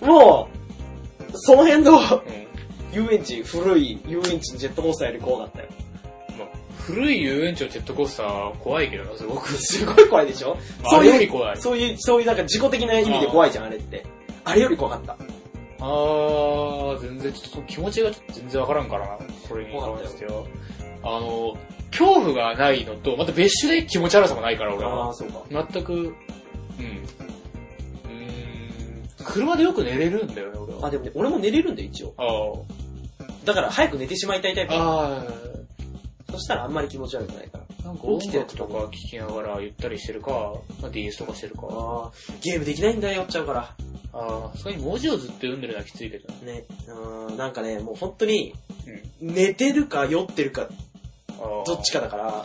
A: もう、その辺の、 [laughs]
B: うん。
A: 遊園地、古い遊園地のジェットコースターより怖かったよ。 [laughs]
B: まあ、古い遊園地のジェットコースター怖いけどな、すごく。
A: すごい怖いでしょ
B: あ
A: そう
B: れより
A: いう、
B: 怖い。
A: そういう、そういうなんか自己的な意味で怖いじゃん、あれって。あれより怖かった。
B: あー、全然、ちょっと気持ちがちょっと全然わからんからな、これに関しては。あの、恐怖がないのと、また別種で気持ち悪さもないから、俺は。
A: ー、そうか。
B: 全く、うん。うーん。車でよく寝れるんだよね、俺
A: あ、
B: は。
A: でもね、俺も寝れるんだよ、一応。
B: あー
A: だから早く寝てしまいたいタイプ。
B: あ
A: そしたらあんまり気持ち悪くないから。
B: ー。なんか音楽とか聴きながらゆったりしてるか、まあ、DS とかしてるか。
A: あーゲームできないんだよ、酔っちゃうから。
B: ああ、それに文字をずっと読んでるのはきついけどね。
A: ね。うーん、なんかね、もう本当に、
B: うん。
A: 寝てるか酔ってるか、
B: ああ。
A: どっちかだから、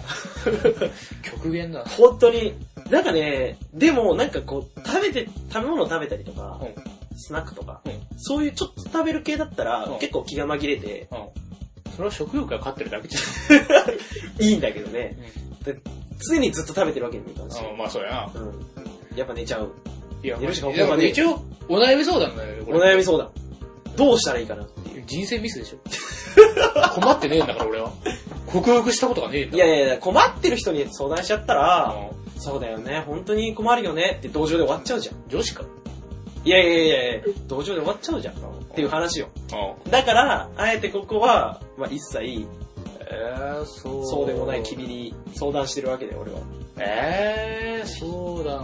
B: 極限だ。
A: 本当に、なんかね、でもなんかこう、食べて、食べ物を食べたりとか、
B: うん
A: スナックとか、
B: うん
A: そういうちょっと食べる系だったら、
B: うん
A: 結構気が紛れて、
B: うん。それは食欲が勝ってるだけじ
A: いいんだけどね
B: ゃ、ん。
A: 常にずっと食べてるわけにもいかんし、
B: うん、まあそうやな。
A: うん。やっぱ寝ちゃう。
B: いや、
A: 寝るしか
B: こ
A: 方
B: れ
A: 法がねえ
B: 一応、お悩み相談だよね、こ
A: お
B: れ
A: 悩み相談。どうしたらいいかなっていう。
B: 人生ミスでしょ。困ってねえんだから、俺は。克服したことがねえんだ
A: い
B: か
A: や
B: ら。
A: いやいや、困ってる人に相談しちゃったら、
B: あ
A: そうだよね、本当に困るよねって同情で終わっちゃうじゃん。
B: の女子か。
A: いやいやいやいや、同情で終わっちゃうじゃん。っていう話よ。
B: あ
A: だから、あえてここは、まあ一切、
B: えー、そう。
A: そうでもない君に相談してるわけだよ、俺は。
B: えー、そうだ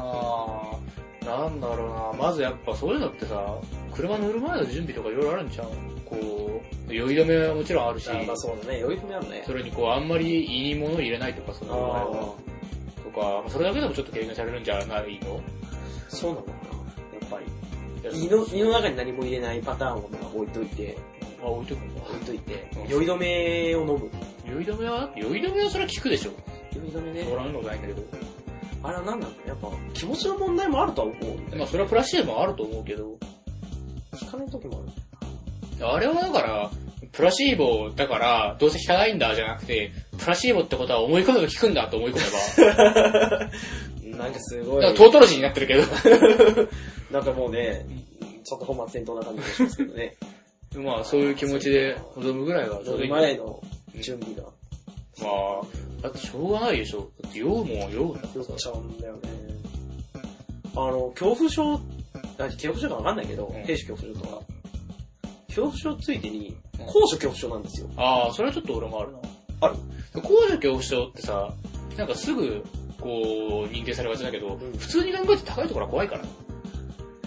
B: ななんだろうなまずやっぱそういうのってさ、車乗る前の準備とかいろいろあるんちゃうこう、酔い止めはもちろんあるし、
A: あまあそうだね、酔い止めあるね
B: そ。れにこう、あんまりいいものを入れないとか、その場合は。とか、それだけでもちょっと軽減されるんじゃないの
A: そうなのかな、やっぱり。
B: いや
A: 胃の胃の中に何も入れないパターンをまあ置いといて、
B: あ、置いとくんだ。
A: 置いといて
B: うん、
A: 酔い止めを飲む。
B: 酔い止めは酔い止めはそれは効くでしょ。
A: 酔い止め
B: お
A: ね。
B: らんのないんだけど。
A: あれは何なのやっぱ気持ちの問題もあるとは思うんだよ。
B: まあそれはプラシーボもあると思うけど、
A: 効かない時もある。
B: あれはだから、プラシーボだから、どうせ効かないんだじゃなくて、プラシーボってことは思い込むと効くんだと思い込めば、
A: なんかすごい。
B: だからトートロジーになってるけど。
A: なんかもうね、ちょっと本末転倒な感じがしますけどね。
B: まあそういう気持ちで臨むぐらいがちょ
A: 乗
B: うどい
A: る
B: い。 [laughs] まあ、
A: 前の準備が。
B: だってしょうがないでしょ。だって酔うもんは酔うんだか
A: 酔
B: ら
A: っ
B: さ。
A: ちゃうんだよね。あの、恐怖症、何恐怖症かわかんないけど、
B: ん
A: 兵士恐怖症とか。恐怖症ついでに
B: うん、
A: 高所恐怖症なんですよ。
B: ああ、それはちょっと俺もあるな。
A: ある
B: 高所恐怖症ってさ、なんかすぐ、こう、認定されがちだけど、
A: ん
B: 普通に考えて高いところは怖いから。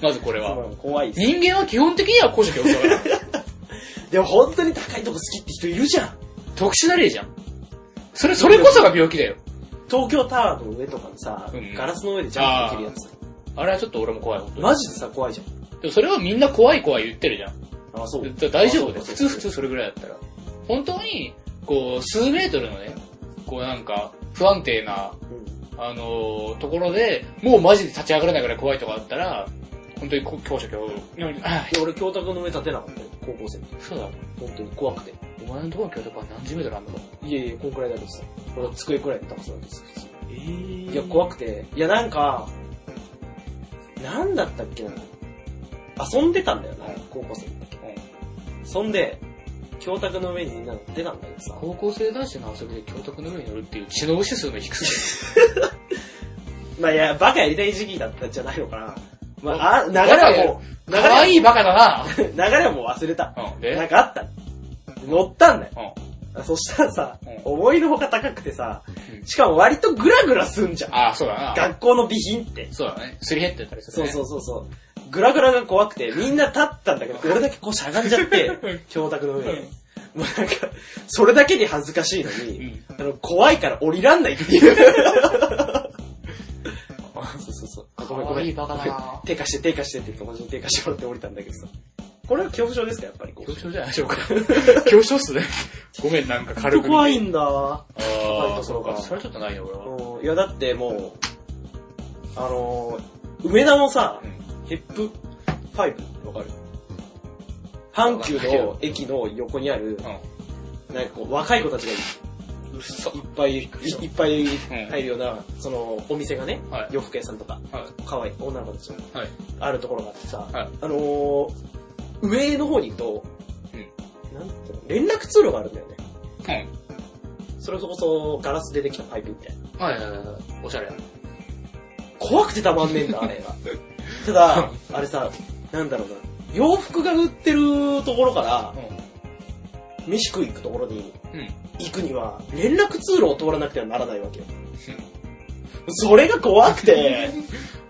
B: まずこれは。
A: 怖いです
B: 人間は基本的には高所恐怖症だ
A: [laughs]
B: から。
A: でも本当に高いとこ好きって人いるじゃん。
B: 特殊な例じゃん。それ、それこそが病気だよ。
A: 東京タワーの上とかのさ、
B: うん
A: ガラスの上でジャンプできるやつ。
B: あれはちょっと俺も怖い、本当に。
A: マジでさ、怖いじゃん。
B: でもそれはみんな怖い怖い言ってるじゃん。
A: あ、そ
B: だ大丈夫だよ。
A: あそ
B: 普
A: う
B: 通普通それぐらいだったら。本当に、こう、数メートルのね、こうなんか、不安定な、
A: うん。
B: あのーところで、もうマジで立ち上がれないぐらい怖いとかあったら、本当にこ強者強、あ
A: 俺、教託の上立てなかったよ、高校生の時。
B: そうだ、
A: 本当に怖くて。
B: お前のところの教督は何十メートルあんのか。
A: いえいえ、こんくらいだけですよ。この机くらいの高さなんですよ、普通。
B: え
A: いや、怖
B: く
A: くて。いや、なんか、なんだったっけな。遊んでたんだよな、高校生の時。そんで、教託の上にみんな乗ってたんだけどさ。
B: 高校生男子の遊びで教督の上に乗るっていう知能指数の低さ。
A: まあいや、バカやりたい時期だったんじゃないのかな。まあ、あ流れ
B: バカや
A: はも
B: [laughs]
A: う、流れ
B: 可
A: は
B: 愛いバカだ
A: 流れはもう忘れた。
B: なうん、
A: なん
B: で、
A: かあったの。乗ったんだよ。
B: うん。
A: そしたらさ
B: うん、
A: 思いのほか高くてさ
B: う、ん
A: しかも割とグラグラすんじゃん。
B: ああ、そうだな。
A: 学校の備品って。
B: そうだね。すり減ってたりす
A: そ
B: る、
A: う
B: ね。
A: そううそうそう。グラグラが怖くて、みんな立ったんだけど、俺だけこうしゃがんじゃ [laughs] って、教託の上に。もうなんか、それだけに恥ずかしいの
B: う
A: に、
B: ん。
A: あの、怖いから降りらんないっていう。そうそうそう。ごめんご
B: 可
A: め
B: 愛い
A: ん。
B: バカだ [laughs] な。
A: 低下して、低下してって言って、友達に低下してもらって降りたんだけどさ。これは恐怖症ですか、やっぱりこう。
B: 強症じゃないでしょうか。 [laughs] 強症っすね。ごめん、なんか軽く。
A: 怖いんだ。
B: ああ、
A: そ
B: そうう
A: か
B: か。それちょっとないよ、俺は。
A: うんいや、だってもう、あのー、梅田のさ、
B: うん
A: ヘップ5、
B: わかる。
A: 阪急の駅の横にある、なんかこう、若い子たちがい
B: うん。うっそ。
A: っぱい、いいっぱい入るような、その、お店がね、
B: はい。
A: 洋服屋さんとか、
B: は
A: 可愛い女の子たちが
B: い。はい。
A: あるところがあってさ、
B: はい
A: あのー、上の方に行くと、なんていうの、連絡通路があるんだよね。それこそガラスでできたパイプみたいな。
B: はいはいはいはい。おしゃれやな。
A: 怖くてたまんねえんだ、あれが。た [laughs] だ、あれさ、なんだろうな、洋服が売ってるところから、飯食い行くところに
B: うん。うん。
A: 行くには、連絡通路を通らなくてはならないわけよ。それが怖くて、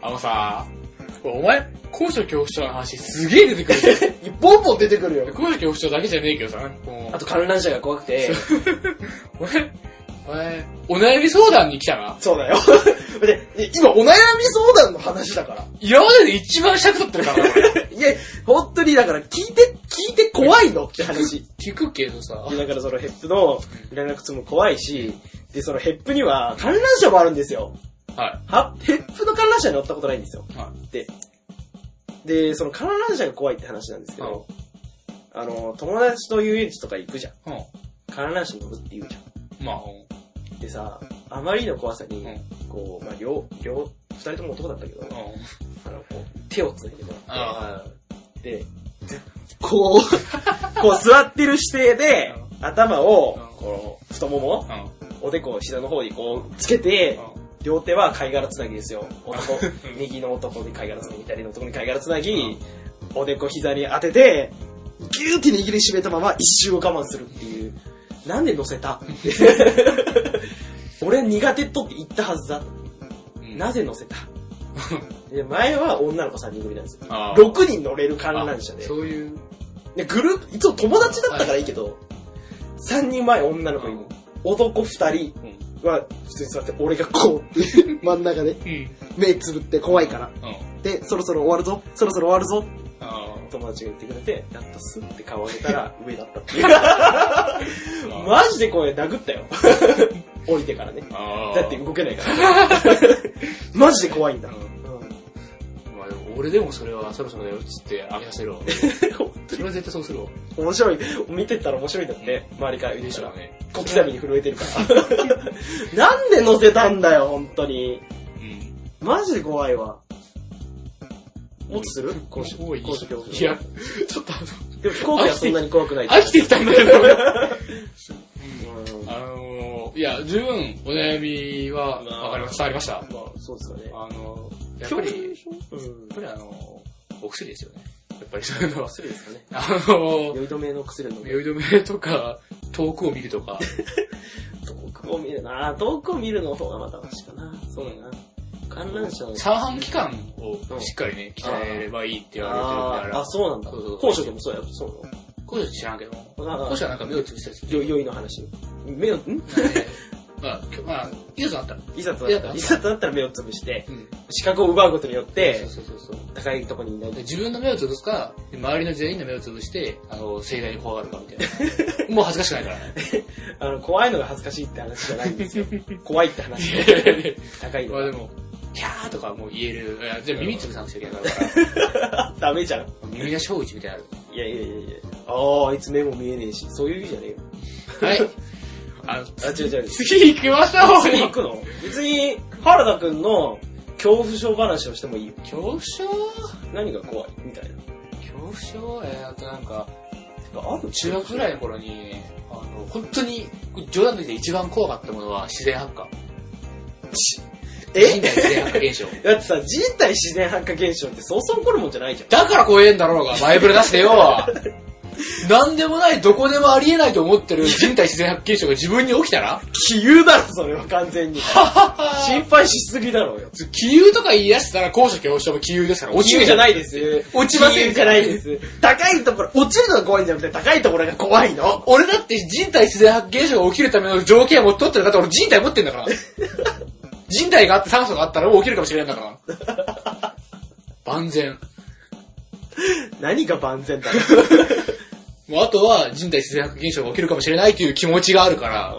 B: あのさ、お前、高所恐怖症の話すげえ出てくるじ
A: [laughs] ボンボン出てくる
B: [laughs] ゃん。
A: よ。
B: 高所恐怖症だけじゃねえけどさ、なんかも
A: あと観覧車が怖くて、
B: う、お前、お前、お悩み相談に来たな。
A: そうだよ。 [laughs] で、今お悩み相談の話だから。
B: 今までで一番尺取ってる [laughs] からな、俺
A: いや、本当にだから聞いて、聞いて怖いのって話。 [laughs]
B: 聞くけどさ、
A: だからそのヘップの連絡通も怖いし、で、そのヘップには観覧車もあるんですよ。
B: は
A: は、ヘップの観覧車に乗ったことないんですよ。
B: い。は
A: で、で、その観覧車が怖いって話なんですけど、あの、友達と遊園地とか行くじゃん。
B: い。うん。
A: 観覧車乗るって言うじゃ
B: まあ、
A: ん。でさ、あまりの怖さ
B: う
A: に
B: ん。うん。、
A: こう、まあ、両、両、二人とも男だったけど、あの、こう、手をつないでもら
B: あ
A: って、で、こう、こう [laughs] 座ってる姿勢で、頭を、こう、太もも
B: あ、うん。
A: おでこ、膝の方にこう、つけて、両手は貝殻つなぎですよ。男、右の男に貝殻つなぎ、左の男に貝殻つなぎ、おでこ、膝に当てて、ギューって握りしめたまま一周を我慢するっていう。なんで乗せ
B: [laughs]
A: た俺は苦手とって言ったはずだ。
B: うん。
A: なぜ乗
B: [laughs]
A: せたで前は女の子3人組なんですよ。
B: あー
A: 6人乗れる観覧車
B: あ
A: で。
B: そういう、
A: で、グループ、一応友達だったからいいけど、3人前女の子いる。男2人、
B: うん。
A: は普通に座って、俺がこうっていう
B: [laughs]
A: 真ん中で、
B: うん。
A: 目つぶって怖いから。
B: うん。
A: で、そろそろ終わるぞ、そろそろ終わるぞ、
B: あ
A: 友達が言ってくれて、やっとスッて顔上げた [laughs] ら上だったっていう。
B: ー
A: マジでこれ殴ったよ。 [laughs] 降りてからね。
B: あー
A: だって動けないから。 [laughs] マジで怖いんだ。
B: う
A: うん
B: んまあでも俺でもそれはそろそろだよっつってあげさせるわ。それは絶対そうするわ。
A: [laughs] 面白い。見てたら面白いんだって。周りから言うでしょ。
B: ね。
A: 小刻みに震えてるから。 [laughs] なんで乗せたんだよ、本当に。
B: うん。
A: マジで怖いわ。もっとする
B: こうし
A: 高所高所恐怖症
B: いや、ちょっとあ
A: でも飛行機はそんなに怖くない。[laughs]
B: の、 [laughs] 飽きてきたんだけど、
A: うん。ま
B: あのー、いや、十分お悩みはわかりました。伝わりました。
A: あ、そうですかね。
B: あのー、やっぱり、や
A: うん
B: っ。ぱりあのー、お薬ですよね。やっぱりそういうのは。
A: 薬ですかね。
B: あのー、
A: 酔い止めの薬の飲み
B: 酔い止めとか、遠くを見るとか、
A: 遠くを見るなあ遠くを見るの方がまだマシかな。そうだな。観覧車の。
B: 三半規管をしっかりね、鍛えればいいって言われてる
A: あ
B: か
A: ーあ、
B: ら、
A: そうなんだ。
B: そうそうそう
A: 高所でもそうや、そう
B: こういうの知らんけど、
A: なの。
B: こうしたらなんか目をつぶしたやつ。
A: 酔い、酔いの話。目を、ん
B: なんでまあ、きょまあ、いざとなったら。
A: いざとなったら、
B: い
A: い
B: や
A: ざとなったら目をつぶして、
B: うん。
A: 資格を奪うことによって、
B: そうそうそうそう。
A: 高いとこにいない。
B: 自分の目をつぶすか、周りの全員の目をつぶして、あの、盛大に怖がるかみた
A: [laughs]
B: いな。もう恥ずかしくないから。
A: あの、怖いのが恥ずかしいって話じゃないん
B: [laughs]
A: ですよ。怖いって話。 [laughs] 高い
B: ま
A: の。
B: あでも、キャーとかもう言える。いやじゃあ耳つぶさなくちゃいけないから。
A: [laughs] ダメじゃん。
B: 耳が小一みたいなの
A: いやいやいやいや。ああ、いつ目も見えねえし。そういう意味じゃねえよ。
B: あ
A: [laughs]
B: る。はい。あの、
A: あ、違う違う。
B: 次行きましょ
A: 次行
B: う
A: くの別に、原田くんの恐怖症話をしてもいいよ。
B: 恐怖症
A: 何が怖いみたいな。
B: 恐怖症えー、あとなんか、
A: ある
B: 中学ぐらいの頃に、あの、本当に、冗談で一番怖かったものは自然発火。
A: え
B: 人体自然発火現象。
A: だってさ、人体自然発火現象ってそうそう起こるもんじゃないじゃん。
B: だから怖えんだろうが、前触れ出してよ。なんでもない、どこでもありえないと思ってる人体自然発見症が自分に起きたら
A: 杞憂だろ、それは完全に。心配しすぎだろうよ。
B: 気憂とか言い出したら高所恐怖症も気憂ですから、落ち
A: 杞
B: る
A: 憂じゃ
B: い。
A: ないです。
B: 落ちません
A: 杞憂じゃないです。高いところ、落ちるのが怖いんじゃなくて、高いところが怖いの。
B: 俺だって人体自然発見症が起きるための条件を取ってる方、俺人体持ってんだから。人体があって酸素があったらもう起きるかもしれないんだから。万全。
A: 何が万全だろ
B: もうあとは人体自然発見症が起きるかもしれないという気持ちがあるから、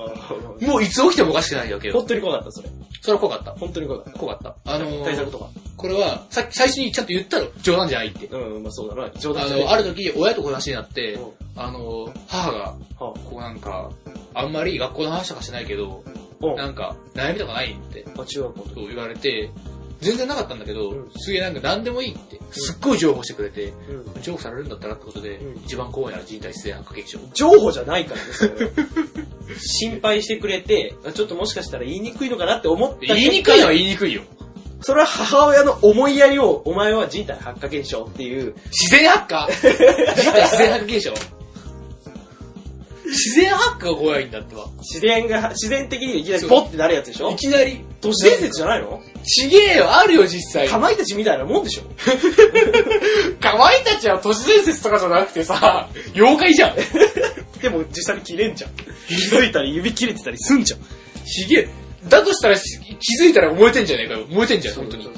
A: う
B: もういつ起きてもおかしくないわけよ
A: [laughs] 本。当に怖かった、それ。
B: それは怖かった。
A: 本当に怖かっ
B: 怖かった。あのー
A: た。対策とか。
B: これは、さっき最初にちゃんと言ったろ。冗談じゃないって。
A: うん、まあそうだな。
B: あ
A: 冗談じゃない
B: の、ある時、親とこの話になって
A: うん、
B: あの、母が、
A: は
B: こうなんか、あんまり学校の話とかしてないけど、
A: あうん
B: なんか、悩みとかないって、
A: あ中学校の時。
B: そう言われて、全然なかったんだけど
A: うん、
B: すげえなんか何でもいいって、すっごい情報してくれて、
A: うん。
B: 情報されるんだったらってことで
A: う、ん
B: 一番怖いのは人体自然発火現象。
A: 情報じゃないからね、それは心配してくれて、あちょっともしかしたら言いにくいのかなって思った。
B: 言いにくいのは言いにくいよ。
A: それは母親の思いやりを、お前は人体発火現象っていう、
B: 自然発 [laughs] 火人体自然発火現象。自然発火が怖いんだってば。
A: 自然が、自然的にいきなり
B: そう
A: ポッてなるやつでしょ
B: いきなり、
A: 都市伝説じゃないの
B: ちげえよ、あるよ、実際。
A: かまいたちみたいなもんでしょ
B: かまいたちは都市伝説とかじゃなくてさ、 [laughs] 妖怪じゃん。
A: でも実際に切れんじゃん。気づいたり指切れてたりすんじゃん。
B: ちげえ。だとしたらし気づいたら燃えてんじゃねえかよ。燃えてんじゃん、本当に。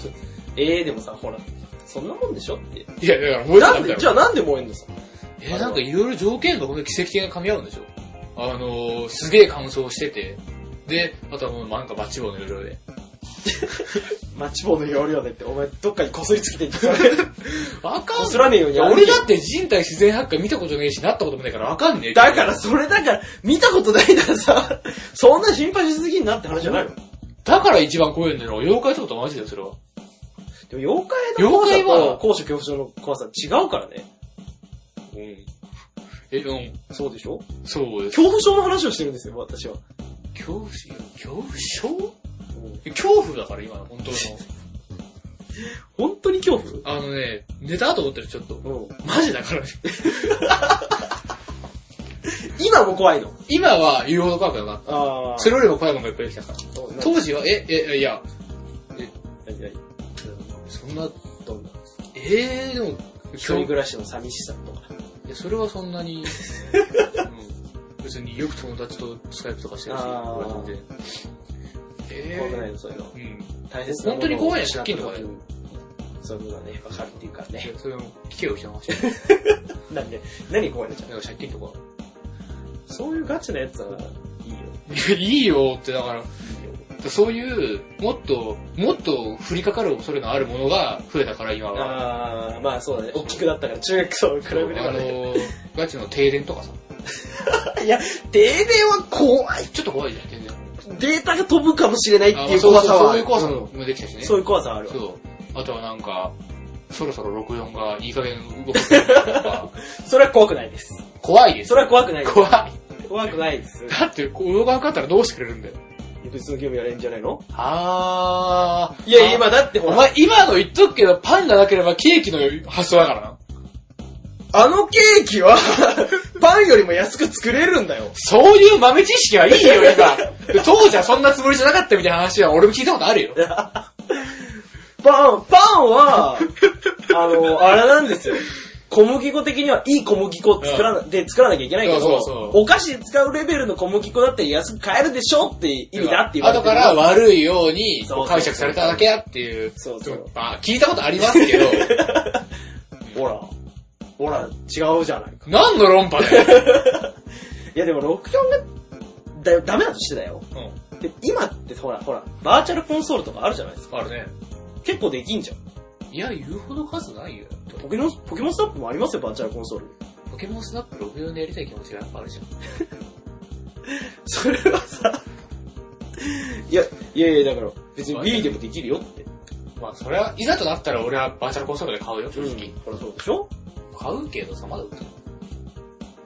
A: えー、でもさ、ほら、そんなもんでしょって。
B: いや、だから燃えて
A: なん
B: んだ
A: で、
B: よ
A: じゃあなんで燃えんのさ。
B: えー、なんかいろいろ条件がほんと奇跡的に噛み合うんでしょあのー、すげえ乾燥してて。で、あとはもうなんかバッチ棒の要領で。
A: マッチ棒の要領でって、お前どっかにこすりつけてん [laughs] じゃん、それ。
B: わか
A: こ
B: ん
A: すらねえよう
B: い
A: に。
B: や、俺だって人体自然発火見たことねえし、なったこともないからわかんねえ。
A: だから、それだから、見たことないからさ、 [laughs] そんな心配しすぎんなって話じゃないの
B: だから一番怖いんだよ。妖怪ってことはマジだよ、それは。
A: でも妖怪の怖さ
B: 妖怪は
A: と高所恐怖症の怖さ違うからね。
B: うん。え、うん。
A: そうでしょ
B: そうです。
A: 恐怖症の話をしてるんですよ、私は。
B: 恐怖心、恐怖症恐怖だから今の本当の。
A: 本当に恐怖
B: あのね、寝たと思ってるちょっと。
A: うん。
B: マジだからね。
A: 今も怖いの。
B: 今は言うほど怖くなかっ
A: あ
B: た。
A: そ
B: そ
A: れ
B: れよりも怖いものがいっぱいできたから。当時は、え、え、いや、
A: 何何
B: そんな、
A: どんな
B: えー、でも、
A: 一人暮らしの寂しさとか。
B: いやそれはそんな [laughs] に、うん別によく友達とスカイプとかしてるし、
A: あー
B: 俺全然。
A: 怖くない
B: え
A: の、そういうの。
B: ー、うん。
A: 大切なものを
B: 本当に怖いの借金とかだよ
A: そういうのがね、わかるっていうからね。
B: えそれも、聞けよ、人の話。 [laughs]
A: なんで、何怖いのじゃん。
B: なんか借金とか。
A: そういうガチなやつは、いいよ。
B: いやいいよって、だから、そういう、もっと、もっと降りかかる恐れのあるものが増えたから、今は。
A: ああまあそうだね。大きくなったから、中学生と比
B: あ
A: べ
B: の
A: ればね。
B: ー、ガチの停電とかさ。
A: いや、停電は怖い。
B: ちょっと怖いじゃん、停電。
A: データが飛ぶかもしれないって
B: あ
A: いう
B: そう
A: 怖さ
B: そう
A: は
B: そ
A: あ
B: うい
A: る
B: う。怖さもできたしね。
A: そういう怖さはあるわ。
B: そう。あとはなんか、そろそろ64がいい加減動くようになったと
A: [laughs]
B: か。
A: それは怖くないです。
B: 怖いです。
A: それは怖くないです。
B: 怖い。
A: 怖くないです。
B: だって、こう動かなかったらどうしてくれるんだよ。
A: 別の興味あれんじゃないの
B: あー。
A: いや、今だってほ
B: お
A: ら、
B: 前今の言っとくけど、パンがなければケーキの発想だからな。
A: あのケーキは、 [laughs] パンよりも安く作れるんだよ。
B: そういう豆知識はいいよ、
A: [laughs]
B: 今。当時はそんなつもりじゃなかったみたいな話は俺も聞いたことあるよ。
A: パン、パンは、あの、あれなんですよ。小麦粉的にはいい小麦粉作らな、で作らなきゃいけないけど
B: そうそうそう
A: お菓子で使うレベルの小麦粉だったら安く買えるでしょって意味だって言われ
B: 後
A: てる
B: から悪いように
A: そうそうそう
B: 解釈されただけやっていう。
A: そうそう
B: まあ、聞いたことありますけど、
A: ほら、ほら、違うじゃないか。
B: 何の論破
A: [laughs]
B: だよ。
A: いやでも64がだよダメだとしてだよ。
B: う
A: で今ってほら、ほら、バーチャルコンソールとかあるじゃないですか。
B: ん。あるね。
A: 結構できんじゃん。
B: いや、言うほど数ないよ。
A: ポケモン、ポケモンスナップもありますよ、バーチャルコンソール。
B: ポケモンスナップ64でやりたい気持ちがやっぱあるじゃん。
A: それはさ、 [laughs] いや、いやいや、だから、別に B でもできるよって。
B: まあ、それは、いざとなったら俺はバーチャルコンソールで買うよ、正直。
A: ほら、そうでしょ
B: 買うけどさ、まだ売ってんの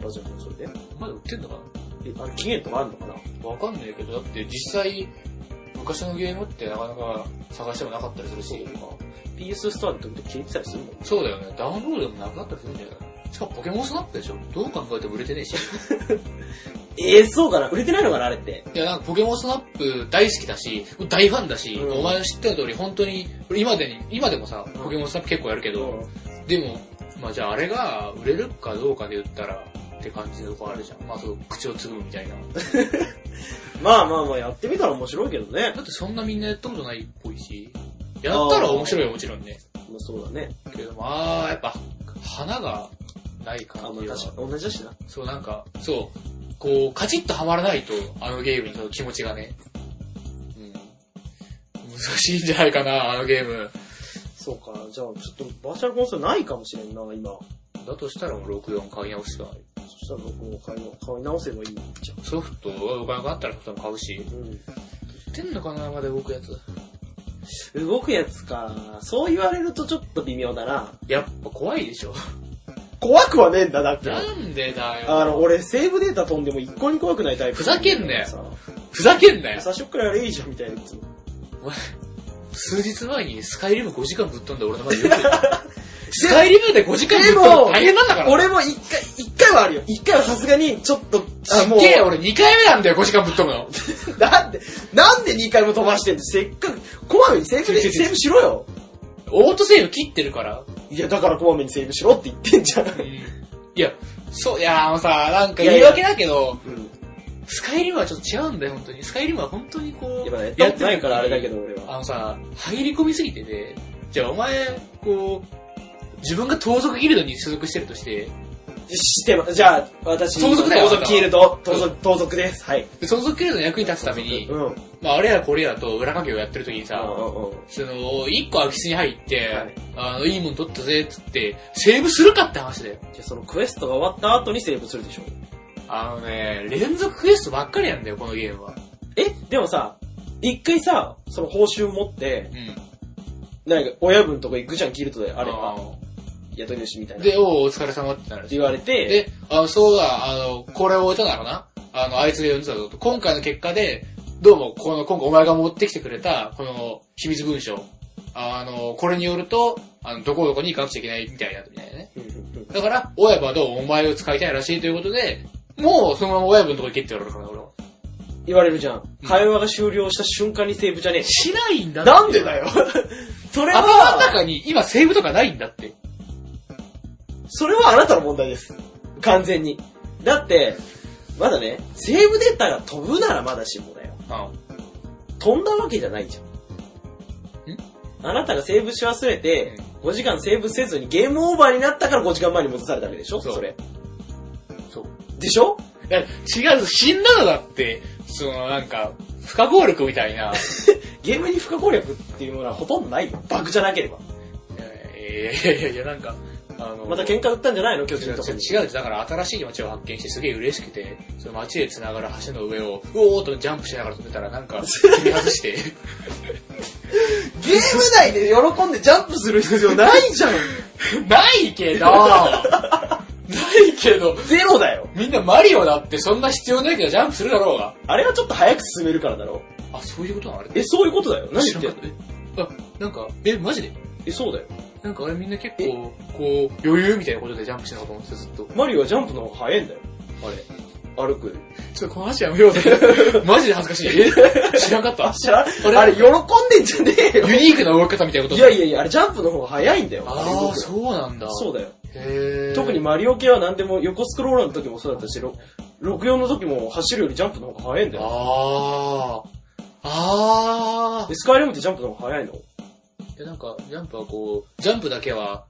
A: バーチャルコンソールで。
B: まだ売ってんのかな
A: え、あれ、期限とかあるのかな
B: わかんないけど、だって実際、昔のゲームってなかなか探してもなかったりするし、
A: ?PS ストアで時々消えてたりするもん。
B: そうだよね、ダウンロードでもなくなったりするんじゃないしかもポケモンスナップでしょどう考えても売れてねえし。
A: ええそうかな売れてないのかなあれって。
B: [laughs] いや、なんかポケモンスナップ大好きだし、大ファンだし、
A: うん
B: お前の知ってる通り本当に、俺今でに、今でもさ、ポケモンスナップ結構やるけど、でも、まあじゃああれが売れるかどうかで言ったら、って感じのとこあるじゃん。まあそう、口をつぐむみたいな。だ
A: まあまあまあ、やってみたら面白いけどね。
B: ってそんなみんなやったことないっぽいし、やったら面白いよもちろんね。
A: まあそうだね。
B: けど、まあ、やっぱ、花がない
A: あ、まあ
B: 感じ
A: 確
B: は。
A: かに同じだしな。
B: そう、なんか、そう、こう、カチッとハマらないと、あのゲームにその気持ちがね。うん。難しいんじゃないかな、あのゲーム。
A: そうか、じゃあ、ちょっとバーチャルコンソールないかもしれんな、今。
B: だとしたらもう64買い直すか。
A: そしたら僕も買い買い直せばいいじゃ
B: ソフトはお金があったらソフトも買うし。
A: ん。うん。
B: 売ってんのかな、まだ動くやつ。
A: 動くやつか。そう言われるとちょっと微妙だな。
B: やっぱ怖いでしょ。
A: 怖くはねえんだ、だっ
B: なんでだよ。
A: あの、俺、セーブデータ飛んでも一向に怖くないタイプ。
B: ふざけんなよ
A: さ
B: ふざけんなよ。
A: 最初っからやれいいじゃん、みたいなやつ。
B: お前、数日前にスカイリム5時間ぶっ飛んで俺の前で言うてた [laughs] スカイリムで5時間ぶっ飛んで大変なんだから。
A: 俺も一回、一回はあるよ。一回はさすがに、ちょっと、
B: すっげえ俺2回目なんだよ、5時間ぶっ飛ぶの。
A: なんで、なんで2回も飛ばしてんのせっかく、こまめにセーブで、
B: 違う違う違う
A: セーブしろよ。
B: オートセーブ切ってるから。
A: いや、だからこまめにセーブしろって言ってんじゃん。
B: うん。 [laughs] いや、そう、いや、あのさ、なんか
A: いやい
B: 言い
A: や
B: 訳だけど、
A: うん。
B: スカイリムはちょっと違うんだよ、本当に。スカイリムは本当にこう、
A: やっぱ、やってないからあれだけ
B: ど。
A: ど、俺は。
B: あのさ、入り込みすぎてて、じゃあお前、こう、自分が盗賊ギルドに所属してるとして、
A: 知ってます。じゃあ、私、
B: 盗賊だよ
A: 盗賊キールド、盗賊、盗賊です。はい。
B: で盗賊ギルドの役に立つために
A: う、ん。うんうん
B: まあ、あれやこれやと裏掛けをやってる時にさ、
A: うん。
B: その、一個空き巣に入って、
A: はい
B: あの、いいもん取ったぜ、っつって、セーブするかって話だよ。
A: じゃあそのクエストが終わった後にセーブするでしょ。
B: あのね、連続クエストばっかりなんだよ、このゲームは。
A: えでもさ、一回さ、その報酬持って
B: う、ん。
A: なんか、親分とこ行くじゃん、ギルドで、あ
B: あ
A: れは、
B: の
A: 雇い主みたいな。って
B: で、おうお疲れ様ってなるし。
A: 言われて、
B: で、あの、そうだ、あの、これを置いたならな。あの、あいつが呼んでたぞと。今回の結果で、どうも、この、今回お前が持ってきてくれた、この、秘密文書。あの、これによると、あの、どこどこに行かなくちゃいけないみたいな、みたいなね。
A: うんうん
B: だから、親分はどうもお前を使いたいらしいということで、もうそのまま親分のとこ行けって言われるからな、俺は。
A: 言われるじゃん。会話が終了した瞬間にセーブじゃねえ。
B: しないんだ
A: なんでだよ [laughs] それ
B: 頭の
A: は、
B: 中に今セーブとかないんだって。
A: それはあなたの問題です。完全に。だって、まだね、セーブデータが飛ぶならまだしもだよ。飛んだわけじゃないじゃん。あなたがセーブし忘れて、5時間セーブせずにゲームオーバーになったから5時間前に戻されたわけでしょ
B: そ
A: そうれ。
B: そう。
A: でしょ
B: いや違う、死んだのだって、そのなんか、不可抗力みたいな。
A: ゲームに不可抗力っていうものはほとんどないよ。バグじゃなければ。
B: えーいやいやいや、なんか、あの、
A: また喧嘩売ったんじゃないの巨
B: 違
A: 人
B: う
A: とかに。
B: 違う、だから新しい街を発見してすげえ嬉しくて、その街へ繋がる橋の上を、うおーっとジャンプしながら飛んでたら、な
A: [laughs]
B: んか、切り外して、
A: ゲーム内で喜んでジャンプする必要ない
B: [laughs]
A: じゃん
B: ないけど、ないけど、
A: ゼロだよ
B: みんなマリオだってそんな必要ないけどジャンプするだろうが。
A: あれはちょっと早く進めるからだろ。
B: あ、そういうことなのあれ
A: え、そういうことだよ。何
B: 知
A: 言
B: ら
A: っ
B: な
A: て
B: か
A: んの
B: ったえあ、なんか、え、マジで
A: え、そうだよ。
B: なんかあれみんな結構、こう、余裕みたいなことでジャンプしてなかったもんですよ、ずっと。
A: マリオはジャンプの方が早いんだよ。あれ。歩く。
B: ちょっとこの話やめよ
A: [laughs]
B: うぜ。マジで恥ずかしい。え知らんかった。
A: 知らん
B: あれ
A: あれ喜んでん [laughs] じゃねえよ。
B: ユニークな動き方みたいなこと。
A: いやいやいや、あれジャンプの方が早いんだよ。
B: ああ、そうなんだ。
A: そうだよ。
B: へー
A: 特に、マリオ系は何でも横スクロールの時もそうだったし、ろ64の時も走るよりジャンプの方が速いんだよ。
B: あー。あ
A: でスカイリムってジャンプの方が速いの
B: ー。で、なんか、ジャンプはこう、ジャンプだけは、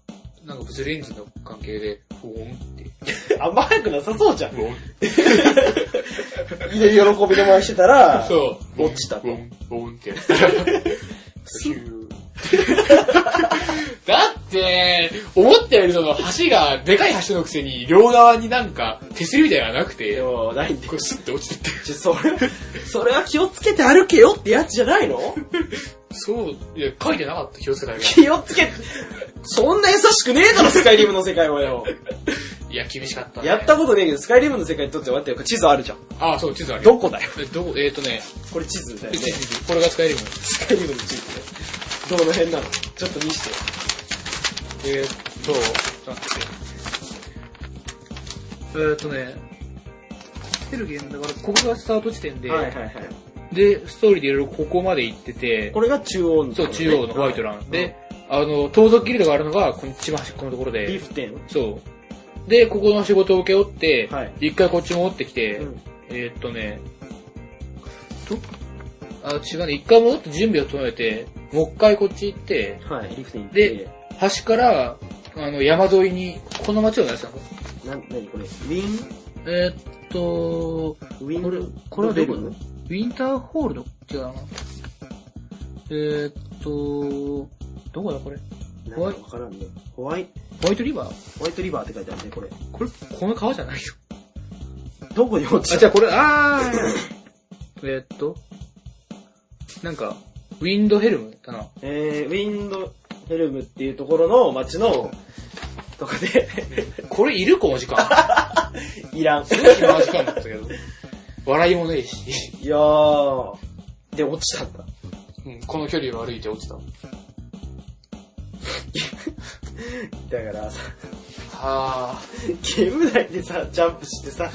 B: なんか物理演ンの関係で、ふおんって。
A: あんま速くなさそうじゃん。
B: ふおん
A: で、喜びで回してたら、
B: そう。
A: 落ちたと
B: ふおん、ふおん [laughs] って。
A: スー
B: [laughs] だって、思ったよりその橋が、でかい橋のくせに、両側になんか、手すりみたいなのがなく
A: で
B: て、
A: も、ないんで
B: こ。れスッて落ちてって。
A: ちょそれ、それは気をつけて歩けよってやつじゃないの
B: そう、いや、書いてなかった、気をつけただ
A: [laughs]
B: け
A: 気をつけ、そんな優しくねえだろ、スカイリムの世界はよ。
B: いや、厳しかった、ね。
A: やったことねえけど、スカイリムの世界にとっては待ってよ、地図あるじゃん。
B: あ、そう、地図あるよ。
A: どこだよ。
B: えどこ、えっ、ー、とね、
A: これ地図だよね。
B: これが使えるもん。
A: [laughs] スカイリムの地図ね。どの辺なのちょっと見してよ。
B: えー、と、ちょっと待って。えー、っとね、てるゲームだから、ここがスタート地点で、
A: はいはい。
B: で、ストーリーでいろいろここまで行ってて、
A: これが中央のとこ
B: そ
A: ろね、
B: う、中央のホワイトラン。
A: い
B: で、あの、盗賊ギルドがあるのが、この一番端っこのところ
A: リ
B: で、
A: フテン。
B: そう。で、ここの仕事を請け負って、
A: はい
B: 一回こっち戻ってきて、
A: うん
B: えー、っとね、どあ、違うね、一回戻って準備を整えて、もう一回こっち行って、
A: はい、リフテン行って。
B: で橋から、あの、山沿いに、この町を出した
A: な、
B: の
A: なにこれウィン
B: えー、っと、
A: ウィン
B: これこれはどこだ
A: ウ
B: ウィンターホールド違うな。えー、っと、どこだこれ
A: ィルなんかわからんね。ホワイ、
B: ホワイトリバー
A: ホワイトリバーって書いてあるね、これ。
B: これ、この川じゃないよ。
A: どこに落ち
B: [laughs] あ、
A: た
B: じゃあこれ、あーえーっと、なんか、ウィンドヘルムかな。
A: えー、ウィンドヘルムっていうところの街
B: [laughs]
A: の、とかで、 [laughs]
B: これいるこの時間。
A: いらん。
B: すごい暇な時間だったけど。 [laughs] 笑いもねえし。
A: いやー。で、落ちたんだ。
B: うん、この距離を歩いて落ちた。
A: だからさ、
B: は
A: ゲーム内でさ、ジャンプしてさ、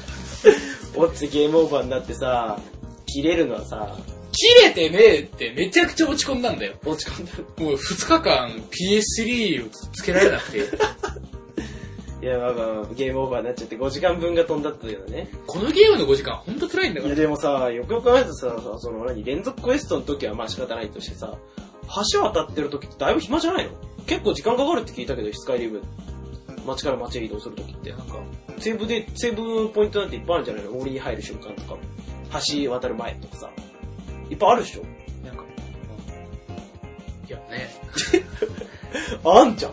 A: 落ちてゲームオーバーになってさ、切れるのはさ、
B: ぁ。切れてねえってめちゃくちゃ落ち込んだんだよ。
A: 落ち込んだ
B: もう二日間 PS3 をつけられなくて、 [laughs]
A: いや、まあまあ、ゲームオーバーになっちゃって5時間分が飛んだったけどね。
B: このゲームの5時間ほんと辛いんだ
A: い
B: か
A: や、
B: ら。
A: でもさ、よくよく考えるとさ、その、何、連続クエストの時はまあ仕方ないとしてさ、橋渡ってる時ってだいぶ暇じゃないの結構時間かかるって聞いたけど、スカイリブ。街から街へ移動する時って。
B: なんか、
A: セーブで、セーブポイントなんていっぱいあるんじゃないの森に入る瞬間とか、橋渡る前とかさ。いっぱいあるでしょ
B: なんか、いやね。
A: あんじゃん。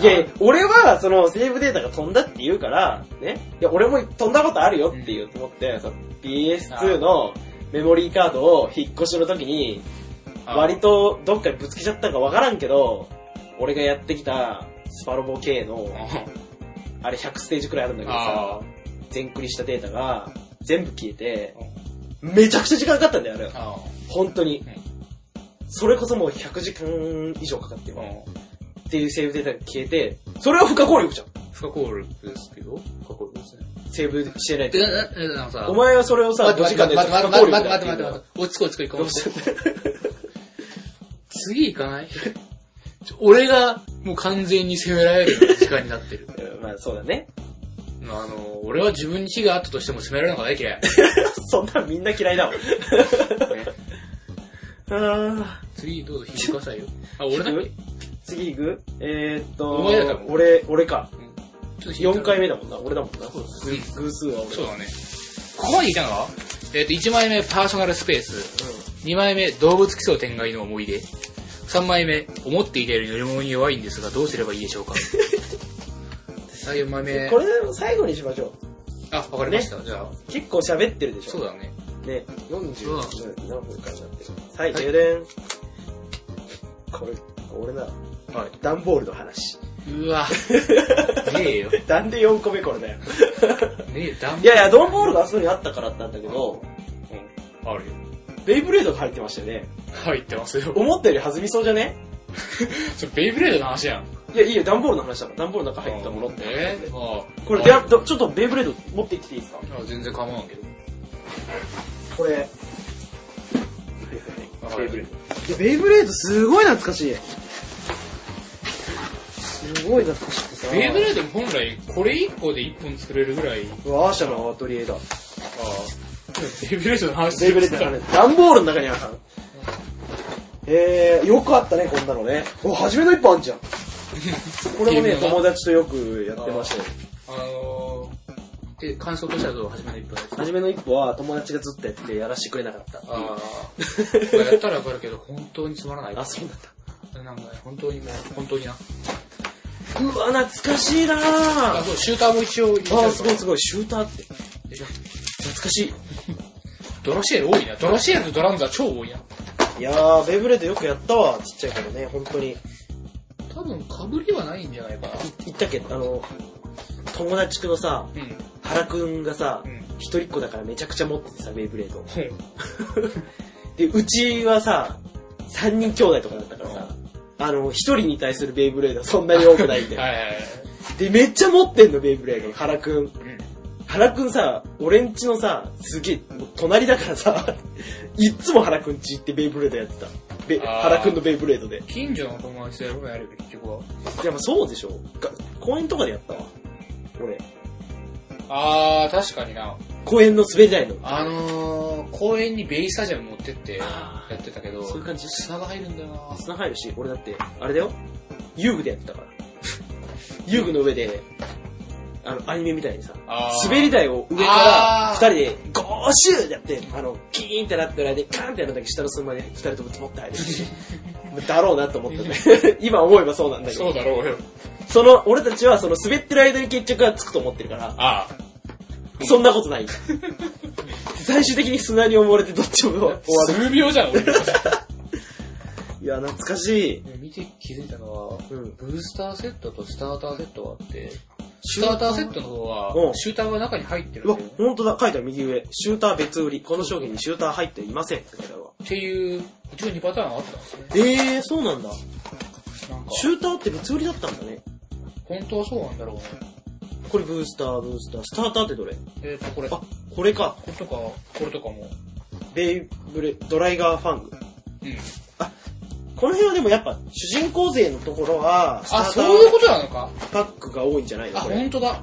A: いやいや、俺は、その、セーブデータが飛んだって言うから、ね。いや、俺も飛んだことあるよって言うと思って、その PS2 のメモリーカードを引っ越しの時に、割とどっかにぶつけちゃったかわからんけど、俺がやってきたスパロボ系の、あれ100ステージくらいあるんだけどさ
B: あ、
A: 全クリしたデータが全部消えて、めちゃくちゃ時間かかったんだよ、あれ。
B: ああ
A: 本当に。それこそもう100時間以上かかってるわっていうセーブデータが消えて、それは不可抗力じゃん。
B: 不可抗力ですけど、不可抗力ですね。
A: セーブしてないと
B: で、。な、ななんかさ、
A: お前はそれをさ、
B: 待
A: 5
B: って
A: 時間
B: 待
A: で
B: って待
A: 不
B: っ
A: 可
B: て
A: 抗
B: 待って
A: 力だ
B: 待っ
A: っ
B: て
A: て
B: 待っ
A: い
B: て
A: うの
B: 待
A: は
B: って、落ち着こう落ち着こう
A: どう
B: 落ち着こ
A: したんだ
B: う。 [laughs] 次行かない [laughs] ちょ俺がもう完全に責められる時間になって [laughs] る。
A: うんまあそうだね。 [laughs]
B: あの、俺は自分に非があったとしても責められるのが大 [laughs] 嫌い。
A: そんなんみんな嫌い
B: [laughs]
A: だもん。あ
B: 次どうぞ引いてくださいよ。 [laughs] あ、俺だっけ
A: ー次行くえーっと、
B: お前だからもう
A: 俺、俺か。
B: ちょっと引いて
A: 4回目だもんな、俺だもんな。
B: うん
A: 偶数は俺
B: そうだね。ここまでいたのはえっ、と、1枚目パーソナルスペース。
A: う
B: 2枚目動物奇想天外の思い出。3枚目思っていたより乗り物に弱いんですがどうすればいいでし
A: [laughs]
B: ょうかさあ4枚目
A: ん。こ。れ最後にしましょう。
B: あ、わかりました。じゃあ、
A: 結構喋ってるでしょ。
B: そうだね。
A: ね、
B: う
A: 40何分かになってる。はい、
B: はい
A: 充電。これ、俺な、
B: は
A: 段ボールの話。 [laughs]
B: い。うわ。ねえよ。ね
A: なんで4個目これだよ。
B: え、ダン
A: いやいや、段ボールがあそこにあったからなんだけど、
B: あるよ。
A: ベイブレードが入ってましたよね。
B: 入ってますよ。
A: 思ったより弾みそうじゃね
B: それベイブレードの話やん。
A: いや、いいよ、段ボールの話だから、段ボールの中入ってたものって。
B: えああ。
A: これ、であちょっとベイブレード持ってきていいですか
B: あ全然構わんけど。
A: これ。はい
B: は
A: はいベ
B: い
A: イブレード。いや、ベイブレードすごい懐かしい。すごい懐かしくてさ。
B: ベイブレードも本来これ1個で1本作れるぐらい、あ
A: うわアーシャのアトリエだ。
B: あ、ベイブレードの話
A: ベイブレードだね。段ボールの中にあった。えー、よくあったね、こんなのね。お、初めの一本あんじゃん。これもね、
B: ゲームが
A: 友達とよくやってましたよ。
B: あのー、え、感想としてはどう初めの1本です
A: 初めの一歩は友達がずっとやっててやらしてくれなか [laughs] った。
B: ああ、やったらわかるけど、本当につまらない。
A: あ、そうなんだ
B: なんかね、本当にもう、本当にな。
A: うわ、懐かしいなぁ。
B: あ、そう、シューターも一応入れてるから
A: あ、すごいすごい、シューターって。
B: でしょ
A: 懐かし
B: ドラシエル多いな。ドラシエルとドランザ超多いな。
A: い。いやー、ベイブレードよくやったわ、ちっちゃい頃ね、本当に。い
B: 多分、被りはないんじゃないかな。
A: 言ったっけ、あの、友達くのさ、
B: うん。
A: 原くんがさ
B: う、ん。
A: 一人っ子だからめちゃくちゃ持っててさ、ベイブレードを。
B: ほう
A: で、うちはさ、三人兄弟とかだったからさ、あの、一人に対するベイブレードはそんなに多くないんだ [laughs]
B: は
A: よ。
B: いはいはい。
A: で、めっちゃ持ってんの、ベイブレード、原くん。
B: うん。
A: 原くんさ、俺んちのさ、すげえ、もう隣だからさ、 [laughs] いっつも原くんち行ってベイブレードやってた。べ
B: あー
A: 原くんのベイブレードで。
B: 近所の友達とやるのやるよ、結局は。
A: いや、まあそうでしょ。が公園とかでやったわ。俺。
B: あー、確かにな。
A: 公園の滑り台の。
B: あのー、公園にベイスタジアム持ってってや
A: あ
B: ってたけど、
A: ーそういう感じ
B: 砂が入るんだよな
A: 砂入るし、俺だって、あれだよ。遊具でやってたから。遊具の上で、あの、アニメみたいにさ、
B: あー
A: 滑り台を上から
B: あ
A: 二
B: ー
A: 人でゴーシューってやって、あの、キーンってなってる間にカーンってやるんだけど、下の隙間で二人ともズボって入るし。
B: [laughs]
A: だろうなと思った [laughs] ね。今思えばそうなんだけ
B: そ
A: ど
B: う。だろうよ。
A: その、俺たちはその滑ってる間に決着がつくと思ってるから、
B: あ
A: そんなことない。最終的に砂に埋もれてどっちも終わ
B: ー、数秒じゃん、俺。
A: る。いや、懐かしい。
B: 見て気づいたのは、
A: うん。
B: ブースターセットとスターターセットがあって、スターターセットの方
A: う
B: は、
A: ん
B: シューターが中に入ってる
A: うわ
B: んだよ。、
A: ほんとだ、書いてある右上。シューター別売り。この商品にシューター入っていません。って書いてあるわ。
B: っていう、一応2パターンあったんですね。
A: えー、そうなんだ。
B: なんか、
A: シューターって別売りだったんだね。
B: 本当はそうなんだろうね。
A: これブースター、ブースター。スターターってどれ
B: えっ、と、これ、
A: あ
B: こ、
A: これか。
B: れとか、これとかも、
A: ベイブレ、ドライガーファング。
B: うん。
A: この辺はでもやっぱ、主人公勢のところは、スタ
B: あ、
A: ータ
B: そういう
A: ー
B: ことなのか。
A: パックが多いんじゃないの
B: あ、
A: これ。
B: 本当だ。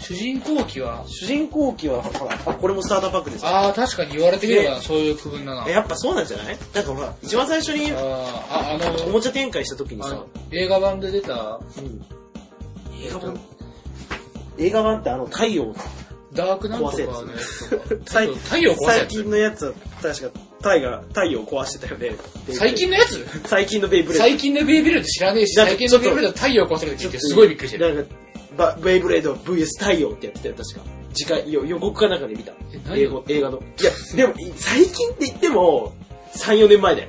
B: 主人公機は、
A: 主人公機は、ほら、あ、これもスターターパックですよ。
B: あー、確かに言われてみればそういう区分だな。
A: やっぱそうなんじゃないなんかほら、一番最初に
B: あー、あ、あ
A: お
B: の、
A: もちゃ展開した時に
B: あ
A: さ
B: の、映画版で出た、
A: うん
B: え
A: 映
B: っ
A: 画
B: と
A: 版映画版ってあの、太陽、
B: ダークなんとかのやつと [laughs] か、そう太陽壊せ
A: 最近のやつは、確か、タイが太陽壊してたよね。
B: 最近のやつ
A: 最近のベイブレード。
B: 最近のベイブレード知らねえし、
A: だって
B: 最近のベイブレード太陽壊せるって聞いてすごいびっくりしてる。
A: なんかバベイブレード VS 太陽ってやってたよ、確か。次回、よ予告かなんかで見た
B: え。何
A: 英語、映画の。いや、でも、い最近って言っても、3、4年前だよ。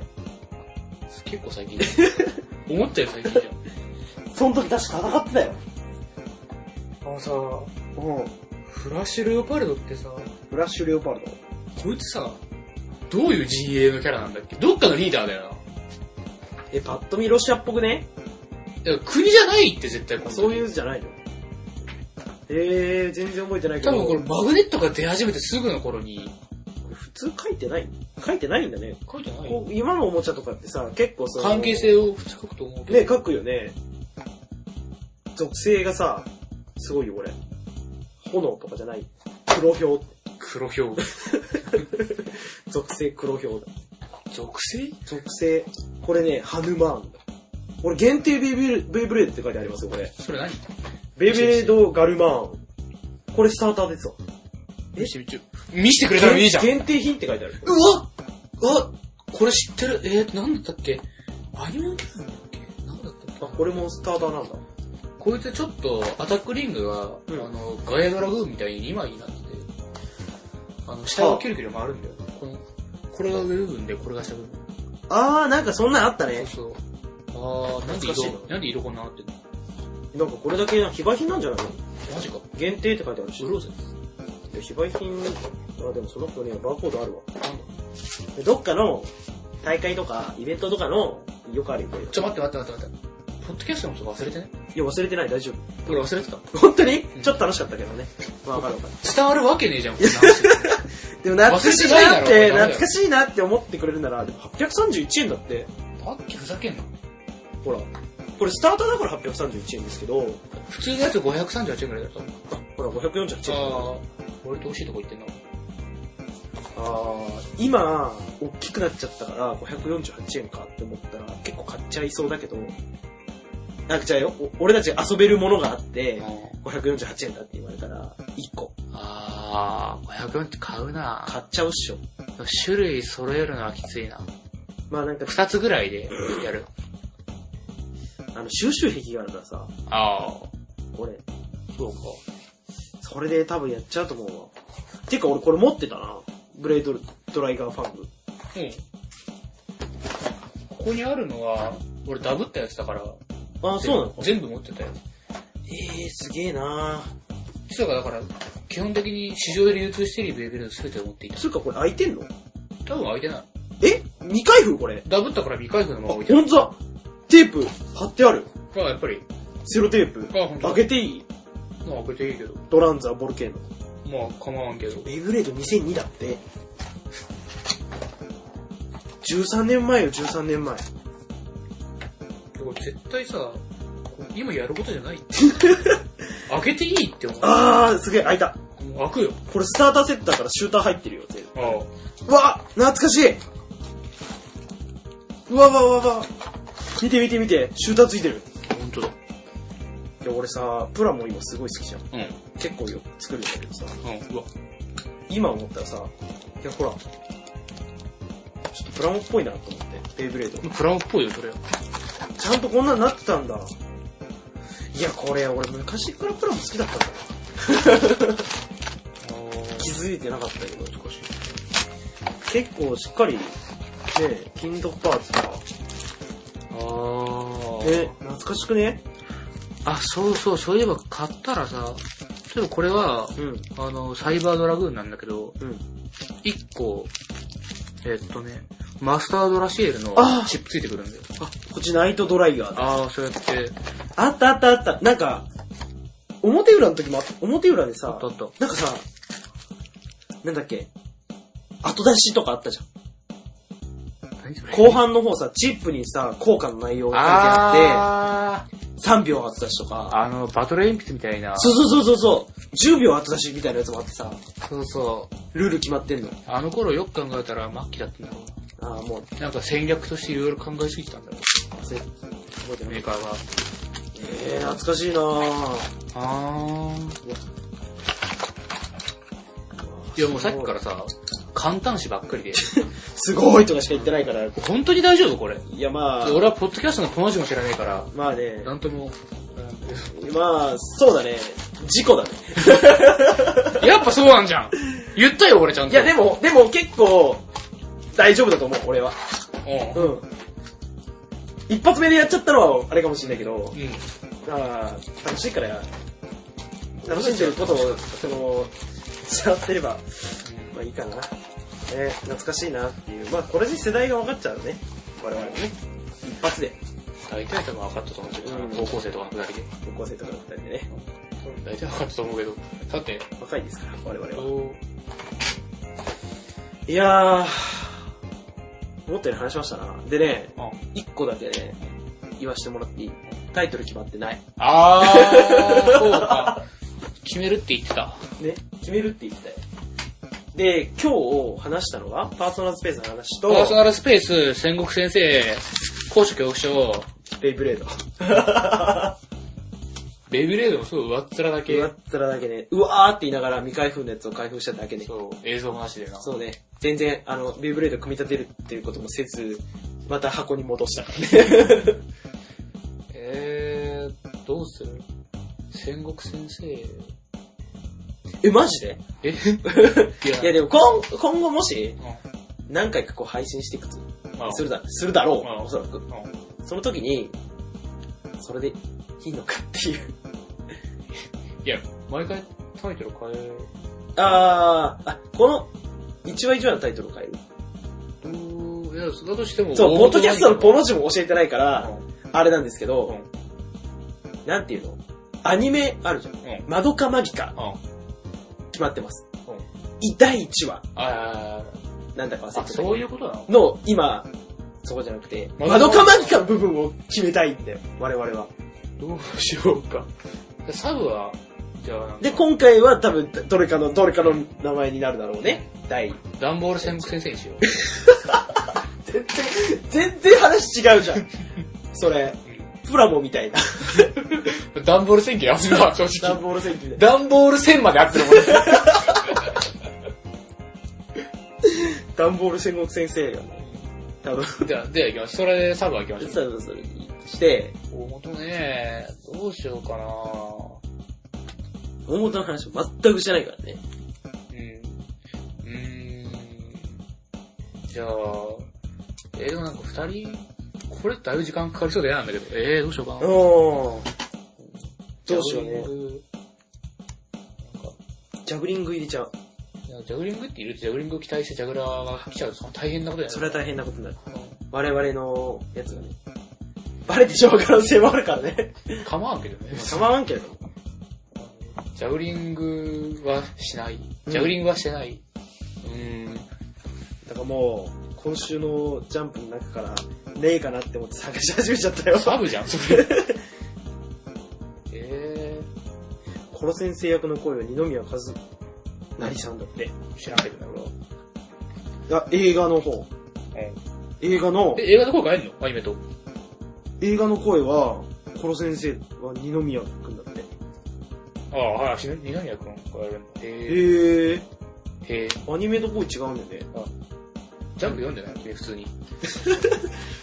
B: 結構最近
A: [laughs]
B: だよ思ったより最近じ
A: その時確か戦ってたよ。
B: ゃん。あのさ、
A: うん。
B: フラッシュ・レオパルドってさ、
A: フラッシュ・レオパルド。
B: こいつさ、どういう陣営のキャラなんだっけどっかのリーダーだよ
A: え、パッと見ロシアっぽくね
B: な。いや国じゃないって絶対この時
A: そういうじゃないのえー、全然覚えてないけ
B: 多
A: ど。
B: 分これマグネットが出始めてすぐの頃に。
A: 普通書いてない書いてないんだね。
B: 書いてな
A: こう今のおもちゃとかってさ、結構その
B: 関係性を普通書くと思うけど。
A: ね、書くよね。属性がさ、すごいよ、これ。炎とかじゃない。黒豹。
B: 黒表。
A: 属性黒豹だ。
B: 属性
A: 属性。これね、ハヌマーンだ。これ限定ベイブレベイブレードって書いてありますよ、これ。
B: それ何
A: ベイブレードガルマーン。これスターターですわ。え
B: 見せてみちょ見せてくれたらいいじゃん。う
A: 限定品って書いてある。
B: わうわこれ知ってるえー、なんだったっけアニメのキャラなんだっけなんだったっけ
A: あ、これもスターターなんだ。
B: こいつちょっとアタックリング
A: ん
B: が、あの、ガイアドラグーンみたいに2枚になってて、あの、下がキュルキュル回るんだよ。この、これが上部分で、これが下部分。
A: あー、なんかそんなんあったね。
B: そうそう。あー、なんで
A: 懐かしい
B: 色、なんで色こんななってん
A: な
B: の
A: んかこれだけ非売品なんじゃないの
B: マジか。
A: 限定って書いてあるし。
B: 売ろうぜ。
A: いや非売品、あ、でもその子ね、バーコードあるわ。
B: なんだ
A: でどっかの大会とか、イベントとかの、よくあるよ、これ。
B: ちょ、待って待って待って待って。ポッドキャストのこと忘れてね。
A: いや、忘れてない、大丈夫。
B: 俺忘れてた。
A: 本当に
B: ん
A: ちょっと楽しかったけどね。まあ、わかるわかる。
B: 伝わるわけねえじゃん、こんな [laughs] 話。
A: [laughs] でも懐かしいなっ
B: 忘れてな
A: て、
B: いだろ
A: 懐かしいなって思ってくれるなら、でも831円だって、
B: パッキーふざけんな。
A: ほら、これスターターだから831円ですけど、
B: 普通のやつ538円くらいだったの
A: ほら548円。
B: ああ、割と惜しいとこ行ってんな。
A: あー今、大きくなっちゃったから548円かって思ったら結構買っちゃいそうだけど、なんかじゃあよ、お俺たち遊べるものがあって、548円だって言われたら、1個
B: ああ、500円って買うな
A: 買っちゃうっしょ。
B: 種類揃えるのはきついな。
A: まあなんか、
B: 2つぐらいでやる。
A: あの、収集癖があるからさ、
B: ああ、
A: 俺、
B: そうか。
A: それで多分やっちゃうと思うわ。てか俺これ持ってたな。ブレードドライガーファング。
B: うん。ここにあるのは、俺ダブったやつだから。
A: ああ、そうなの
B: 全部持ってたや
A: ええー、すげえな
B: つ。つうかだから、基本的に市場で流通しているベーグルの全てを持っていた。
A: つうかこれ開いてんの
B: 多分開いてない。
A: え未開封これ。
B: ダブったから未開封の
A: あ、
B: まま
A: ほ
B: 置
A: ん
B: いてある。
A: とだテープ貼ってある。
B: まあやっぱり、
A: セロテープ。
B: あ、ほんと
A: 開
B: だ
A: けていい
B: まあ開けていいけど。
A: ドランザボルケーノ。
B: まあ構わんけど。
A: ベイブレード2002だって。13年前よ、13年前。
B: これ絶対さ、これ今やることじゃ [laughs] ないって開けていいって思う。
A: あー、すげえ、開いた。
B: もう開くよ。
A: これスターターセットだからシューター入ってるよ、全部。
B: ああ。
A: うわ懐かしいうわうわうわうわ見て見て見て、シューターついてる。
B: ほんとだ。
A: いや、俺さ、プラも今すごい好きじゃん。
B: うん。
A: 結構よ、作るんだけどさ。
B: うん。うわ。
A: 今思ったらさ、いやほら、ちょっとプラモっぽいなと思って、ベイブレード。
B: プラモっぽいよ、それ。
A: ちゃんとこんなになってたんだ。いや、これ俺昔からプラモ好きだったんだよ。気づいてなかったけど、
B: 難しい。
A: 結構しっかり、ね、金属パーツが、
B: ああ。
A: ね、懐かしくね
B: あ、そうそう、そういえば買ったらさ、例えばこれは、
A: うん、
B: あの、サイバードラグーンなんだけど、
A: うん。
B: 1個、えっとね、マスタードラシエルの
A: あー
B: チップついてくるんだよ。あ
A: こっちナイトドライヤーだ。
B: あー、そうやって、
A: あったあったあった。なんか、表裏の時もあった、表裏で
B: あ
A: さ
B: った、あった。
A: なんかさ、なんだっけ、後出しとかあったじゃん。
B: 何それ
A: 後半の方さ、チップにさ、効果の内容が書いてあ
B: あー
A: って、3秒後出しとか、
B: あの、バトル鉛筆みたいな。
A: そうそうそうそうそう、10秒後出しみたいなやつもあってさ、
B: そうそう。
A: ルール決まってんの。
B: あの頃よく考えたら末期だったんだろう
A: ああ、もう、
B: な。なんか戦略としていろいろ考えすぎてたんだろ
A: 忘れ覚えて
B: う。
A: な
B: メ
A: い。
B: ーカーが。
A: えー、懐かしいなぁ。
B: あー。いやもうさっきからさ、簡単詞ばっかりで。
A: すごいとかしか言ってないから、い
B: 本当に大丈夫これ。
A: やまあ、
B: 俺はポッドキャストのこの字も知らないから、
A: まあね、
B: なんとも。
A: まあ、そうだね、事故だ [laughs] ね。
B: やっぱそうなんじゃん言ったよ俺ちゃんと。
A: いやでも、でも結構、大丈夫だと思う、俺は。
B: も。
A: うん。一発目でやっちゃったのは、あれかもしれないけど
B: う、ん。うん。
A: あー楽しいからや、楽しんでることを、その、伝わってれば、まあいいかな。ね、懐かしいなっていう。まあこれで世代が分かっちゃうね。我々もね。一発で、
B: 大体多分分かったと思うけどな
A: うん
B: 高校生とかのくだりで。
A: 高校生とかだったりでね。
B: 大体分かったと思うけど。さて、
A: 若いですから、我々は。
B: お
A: いやー、思ったより話しましたな。でね、
B: あ
A: 一個だけね、言わしてもらっていいタイトル決まってない。
B: あー、そうか。決めるって言ってた。
A: ね、決めるって言ってたよ。で、今日話したのが、パーソナルスペースの話
B: パーソ
A: と、
B: ナルスペース、戦国先生、高所恐怖症、
A: ベイブレード。
B: ベイブレードもすごい上っ面だ
A: うわ
B: け
A: っ、つらだけね、うわーって言いながら未開封のやつを開封しただけね。
B: そう、映像話でな。
A: そうね、全然、あの、ベイブレード組み立てるっていうこともせず、また箱に戻した
B: [laughs]
A: からね。
B: えー、どうする戦国先生、
A: え、マジで
B: え
A: [laughs] いやでも今、今後もし、
B: う
A: 何回かこう配信していくと、
B: んまあ
A: するだ、するだろ
B: まあ
A: う、おそらく。
B: うん
A: その時に、それでいいのかっていう。
B: いや、毎回タイトル変え
A: あー、あ、この、一話一話のタイトルを変える。
B: る。いや、だとしても。
A: そう、ポッドキャストのポ
B: ロ
A: の字も教えてないから、あれなんですけど、なんていうのアニメあるじゃん。
B: うん。うん。
A: マドカマギカ、
B: あ
A: 決まってます
B: うん。
A: い第1話、
B: あ
A: なんだか忘れ
B: あ、
A: てたけ
B: そう
A: ど
B: いうことなの
A: の、今、そこじゃなくて、
B: 窓
A: 窓
B: か
A: かまぎかの部分を決めたいんだよ、我々は。
B: どうしようか。サブは、じゃあなんか
A: で、今回は多分、どれかの、どれかの名前になるだろうね。第
B: ダンボール戦先生にしよう。
A: 全然、全然話違う [laughs] じゃん。それ、プラモみ [laughs] たいな。
B: [laughs] ダンボール戦記やつな、正
A: ダン
B: 直。
A: ボール戦記で。
B: ダンボール戦まで合ってる [laughs] もんね。
A: ダンボール戦国先生がね、多分、
B: じゃあ、では行きましょう。それでサブは行きましょう。
A: そうそうそうして、
B: 大元ね、どうしようかな
A: 大元の話を全くしてないからね。
B: うん。うーん。じゃあ、えー、でもなんか二人、これだいぶ時間かかりそうで嫌なんだけど、えー、どうしようかな。
A: おどうしよう
B: ジャ
A: ね
B: グ。リ
A: ジャグリ
B: ング
A: ング入れちゃう。
B: なんかジャグリングっているってジャグリングを期待してジャグラーが来ちゃうとその大変なことや
A: それは大変なことになる。
B: う
A: 我々のやつがね。バレてしまう可能性もあるからね。
B: ん構わんけどね。
A: 構わんけれども。
B: ジャグリングはしない。ジャグリングはしてない。うん。
A: だからもう、今週のジャンプの中から、ねえかなって思って探し始めちゃったよ。
B: サブ [laughs] じゃん、それ。え
A: この先生役の声は二宮和成さんだって。
B: ー、知らんけどね、俺は。
A: あ、映画の方。
B: え
A: 映画の、
B: 映画の方変えんのアニメと。
A: 映画の声は、この先生は二宮くんだって。
B: ああ、はい、し二宮くんがやるんだ。へ
A: へえ
B: え。へえ。
A: ー、アニメと声違うんだよね。
B: ジャンプ読んでない君普通に。い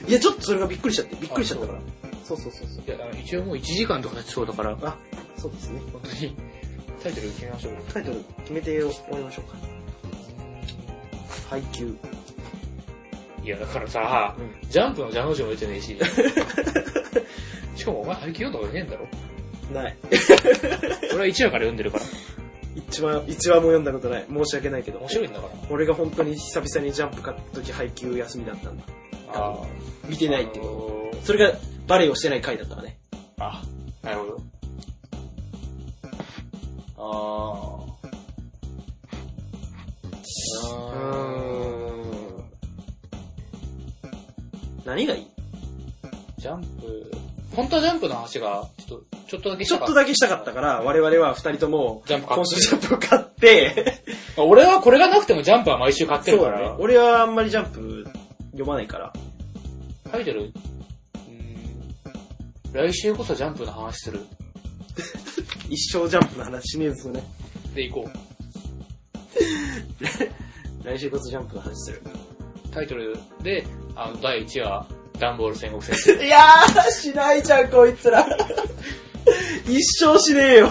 A: いや、ちょっとそれがびっくりしちゃって、びっくりしちゃったから。そうそうそうそう。
B: や、あの一応もう1時間とか経ちそうだから、本
A: そうですね。
B: 当に、 [laughs] タイトル決めましょう。
A: タイトル決めて終わりましょうか。配給。
B: いや、だからさ、
A: う
B: ジャンプのジャンプも出てねえ [laughs] し。しかもお前配給読んだことねえんだろ
A: ない。
B: 俺は1話から読んでるから。
A: 一番、一話も読んだことない。申し訳ないけど
B: 面。白いんだから。
A: 俺が本当に久々にジャンプ買った時配給休みだったんだ。
B: ああ。
A: 見てないってこと。
B: こ
A: それがバレエをしてない回だったわね。
B: と。あ、なるほど。あ
A: う
B: あ。
A: ーん。何がいい
B: ジャンプ、本当はジャンプの話が、ちょっと、ちょっとだけし
A: ちょ
B: た
A: っ
B: か
A: とだけしたかったから、我々は二人とも、
B: ジャンプ買っ
A: 今週ジャンプを買って、
B: て。俺はこれがなくてもジャンプは毎週買って
A: [laughs]
B: る
A: そう
B: か
A: だね
B: ら。。
A: [laughs] 俺はあんまりジャンプ読まないから。
B: タイトル、うーん、来週こそジャンプの話する。
A: 一生ジャンプの話しねえぞね。
B: で、行こう。
A: 来週こそジャンプの話する。
B: タイトルで、あの、第1話、ダンボール戦国戦
A: [laughs]
B: 争。
A: いやー、しないじゃん、こいつら。一生しねえよ。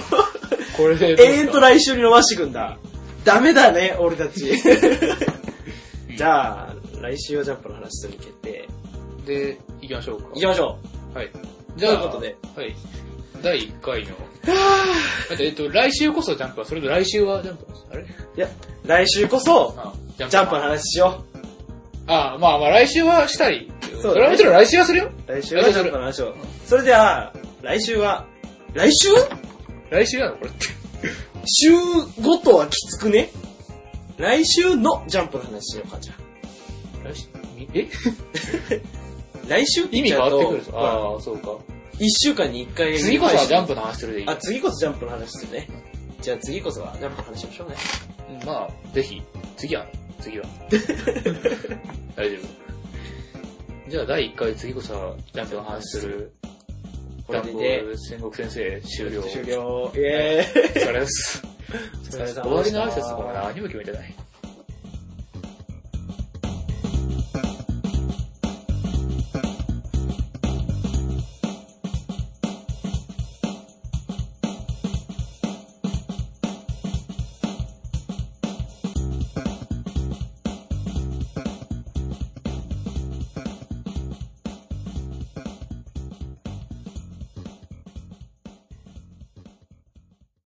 B: これで、
A: 永遠と来週に伸ばしてくんだ。ダメだね、俺た [laughs] ち。じゃあ、来週はジャンプの話するに決定。
B: で、行きましょうか。
A: 行きましょ
B: はい。
A: う。
B: じゃあ、
A: ということで。
B: はい。第1回の。だってえっと、来週こそジャンプは、それと来週はジャンプはあれ
A: いや、来週こそ、
B: あ
A: ジャンプの話しよ
B: あ、まあまあ来週はしたいけど。
A: そうだね
B: それはもちろん来週はするよ。
A: う。来週はジャンプの話を。それでは、来週は、来週
B: 来週なのこれって。
A: 週ごとはきつくね来週のジャンプの話しようか、じゃあ。
B: 来週、みえ
A: 来週
B: 意味変わってくる
A: ぞ
B: ぞ。ああ、そうか。
A: 一週間に一回。
B: 次こそはジャンプの話するでいいよ
A: あ、。次こそジャンプの話するね。じゃあ次こそはジャンプの話しましょうね。
B: うんまあ、ぜひ、次は、次
A: [laughs]
B: は。大丈夫。じゃあ、第1回、次こそは、ジャンプの話する、
A: こ
B: ダ
A: れ
B: ンボ
A: で
B: ー、ル戦国先生、終了。
A: 終了。イェーイ。
B: お疲れ様です。
A: お疲れ様でし
B: 終
A: た
B: わりの挨拶とかまだアニメ決めてない。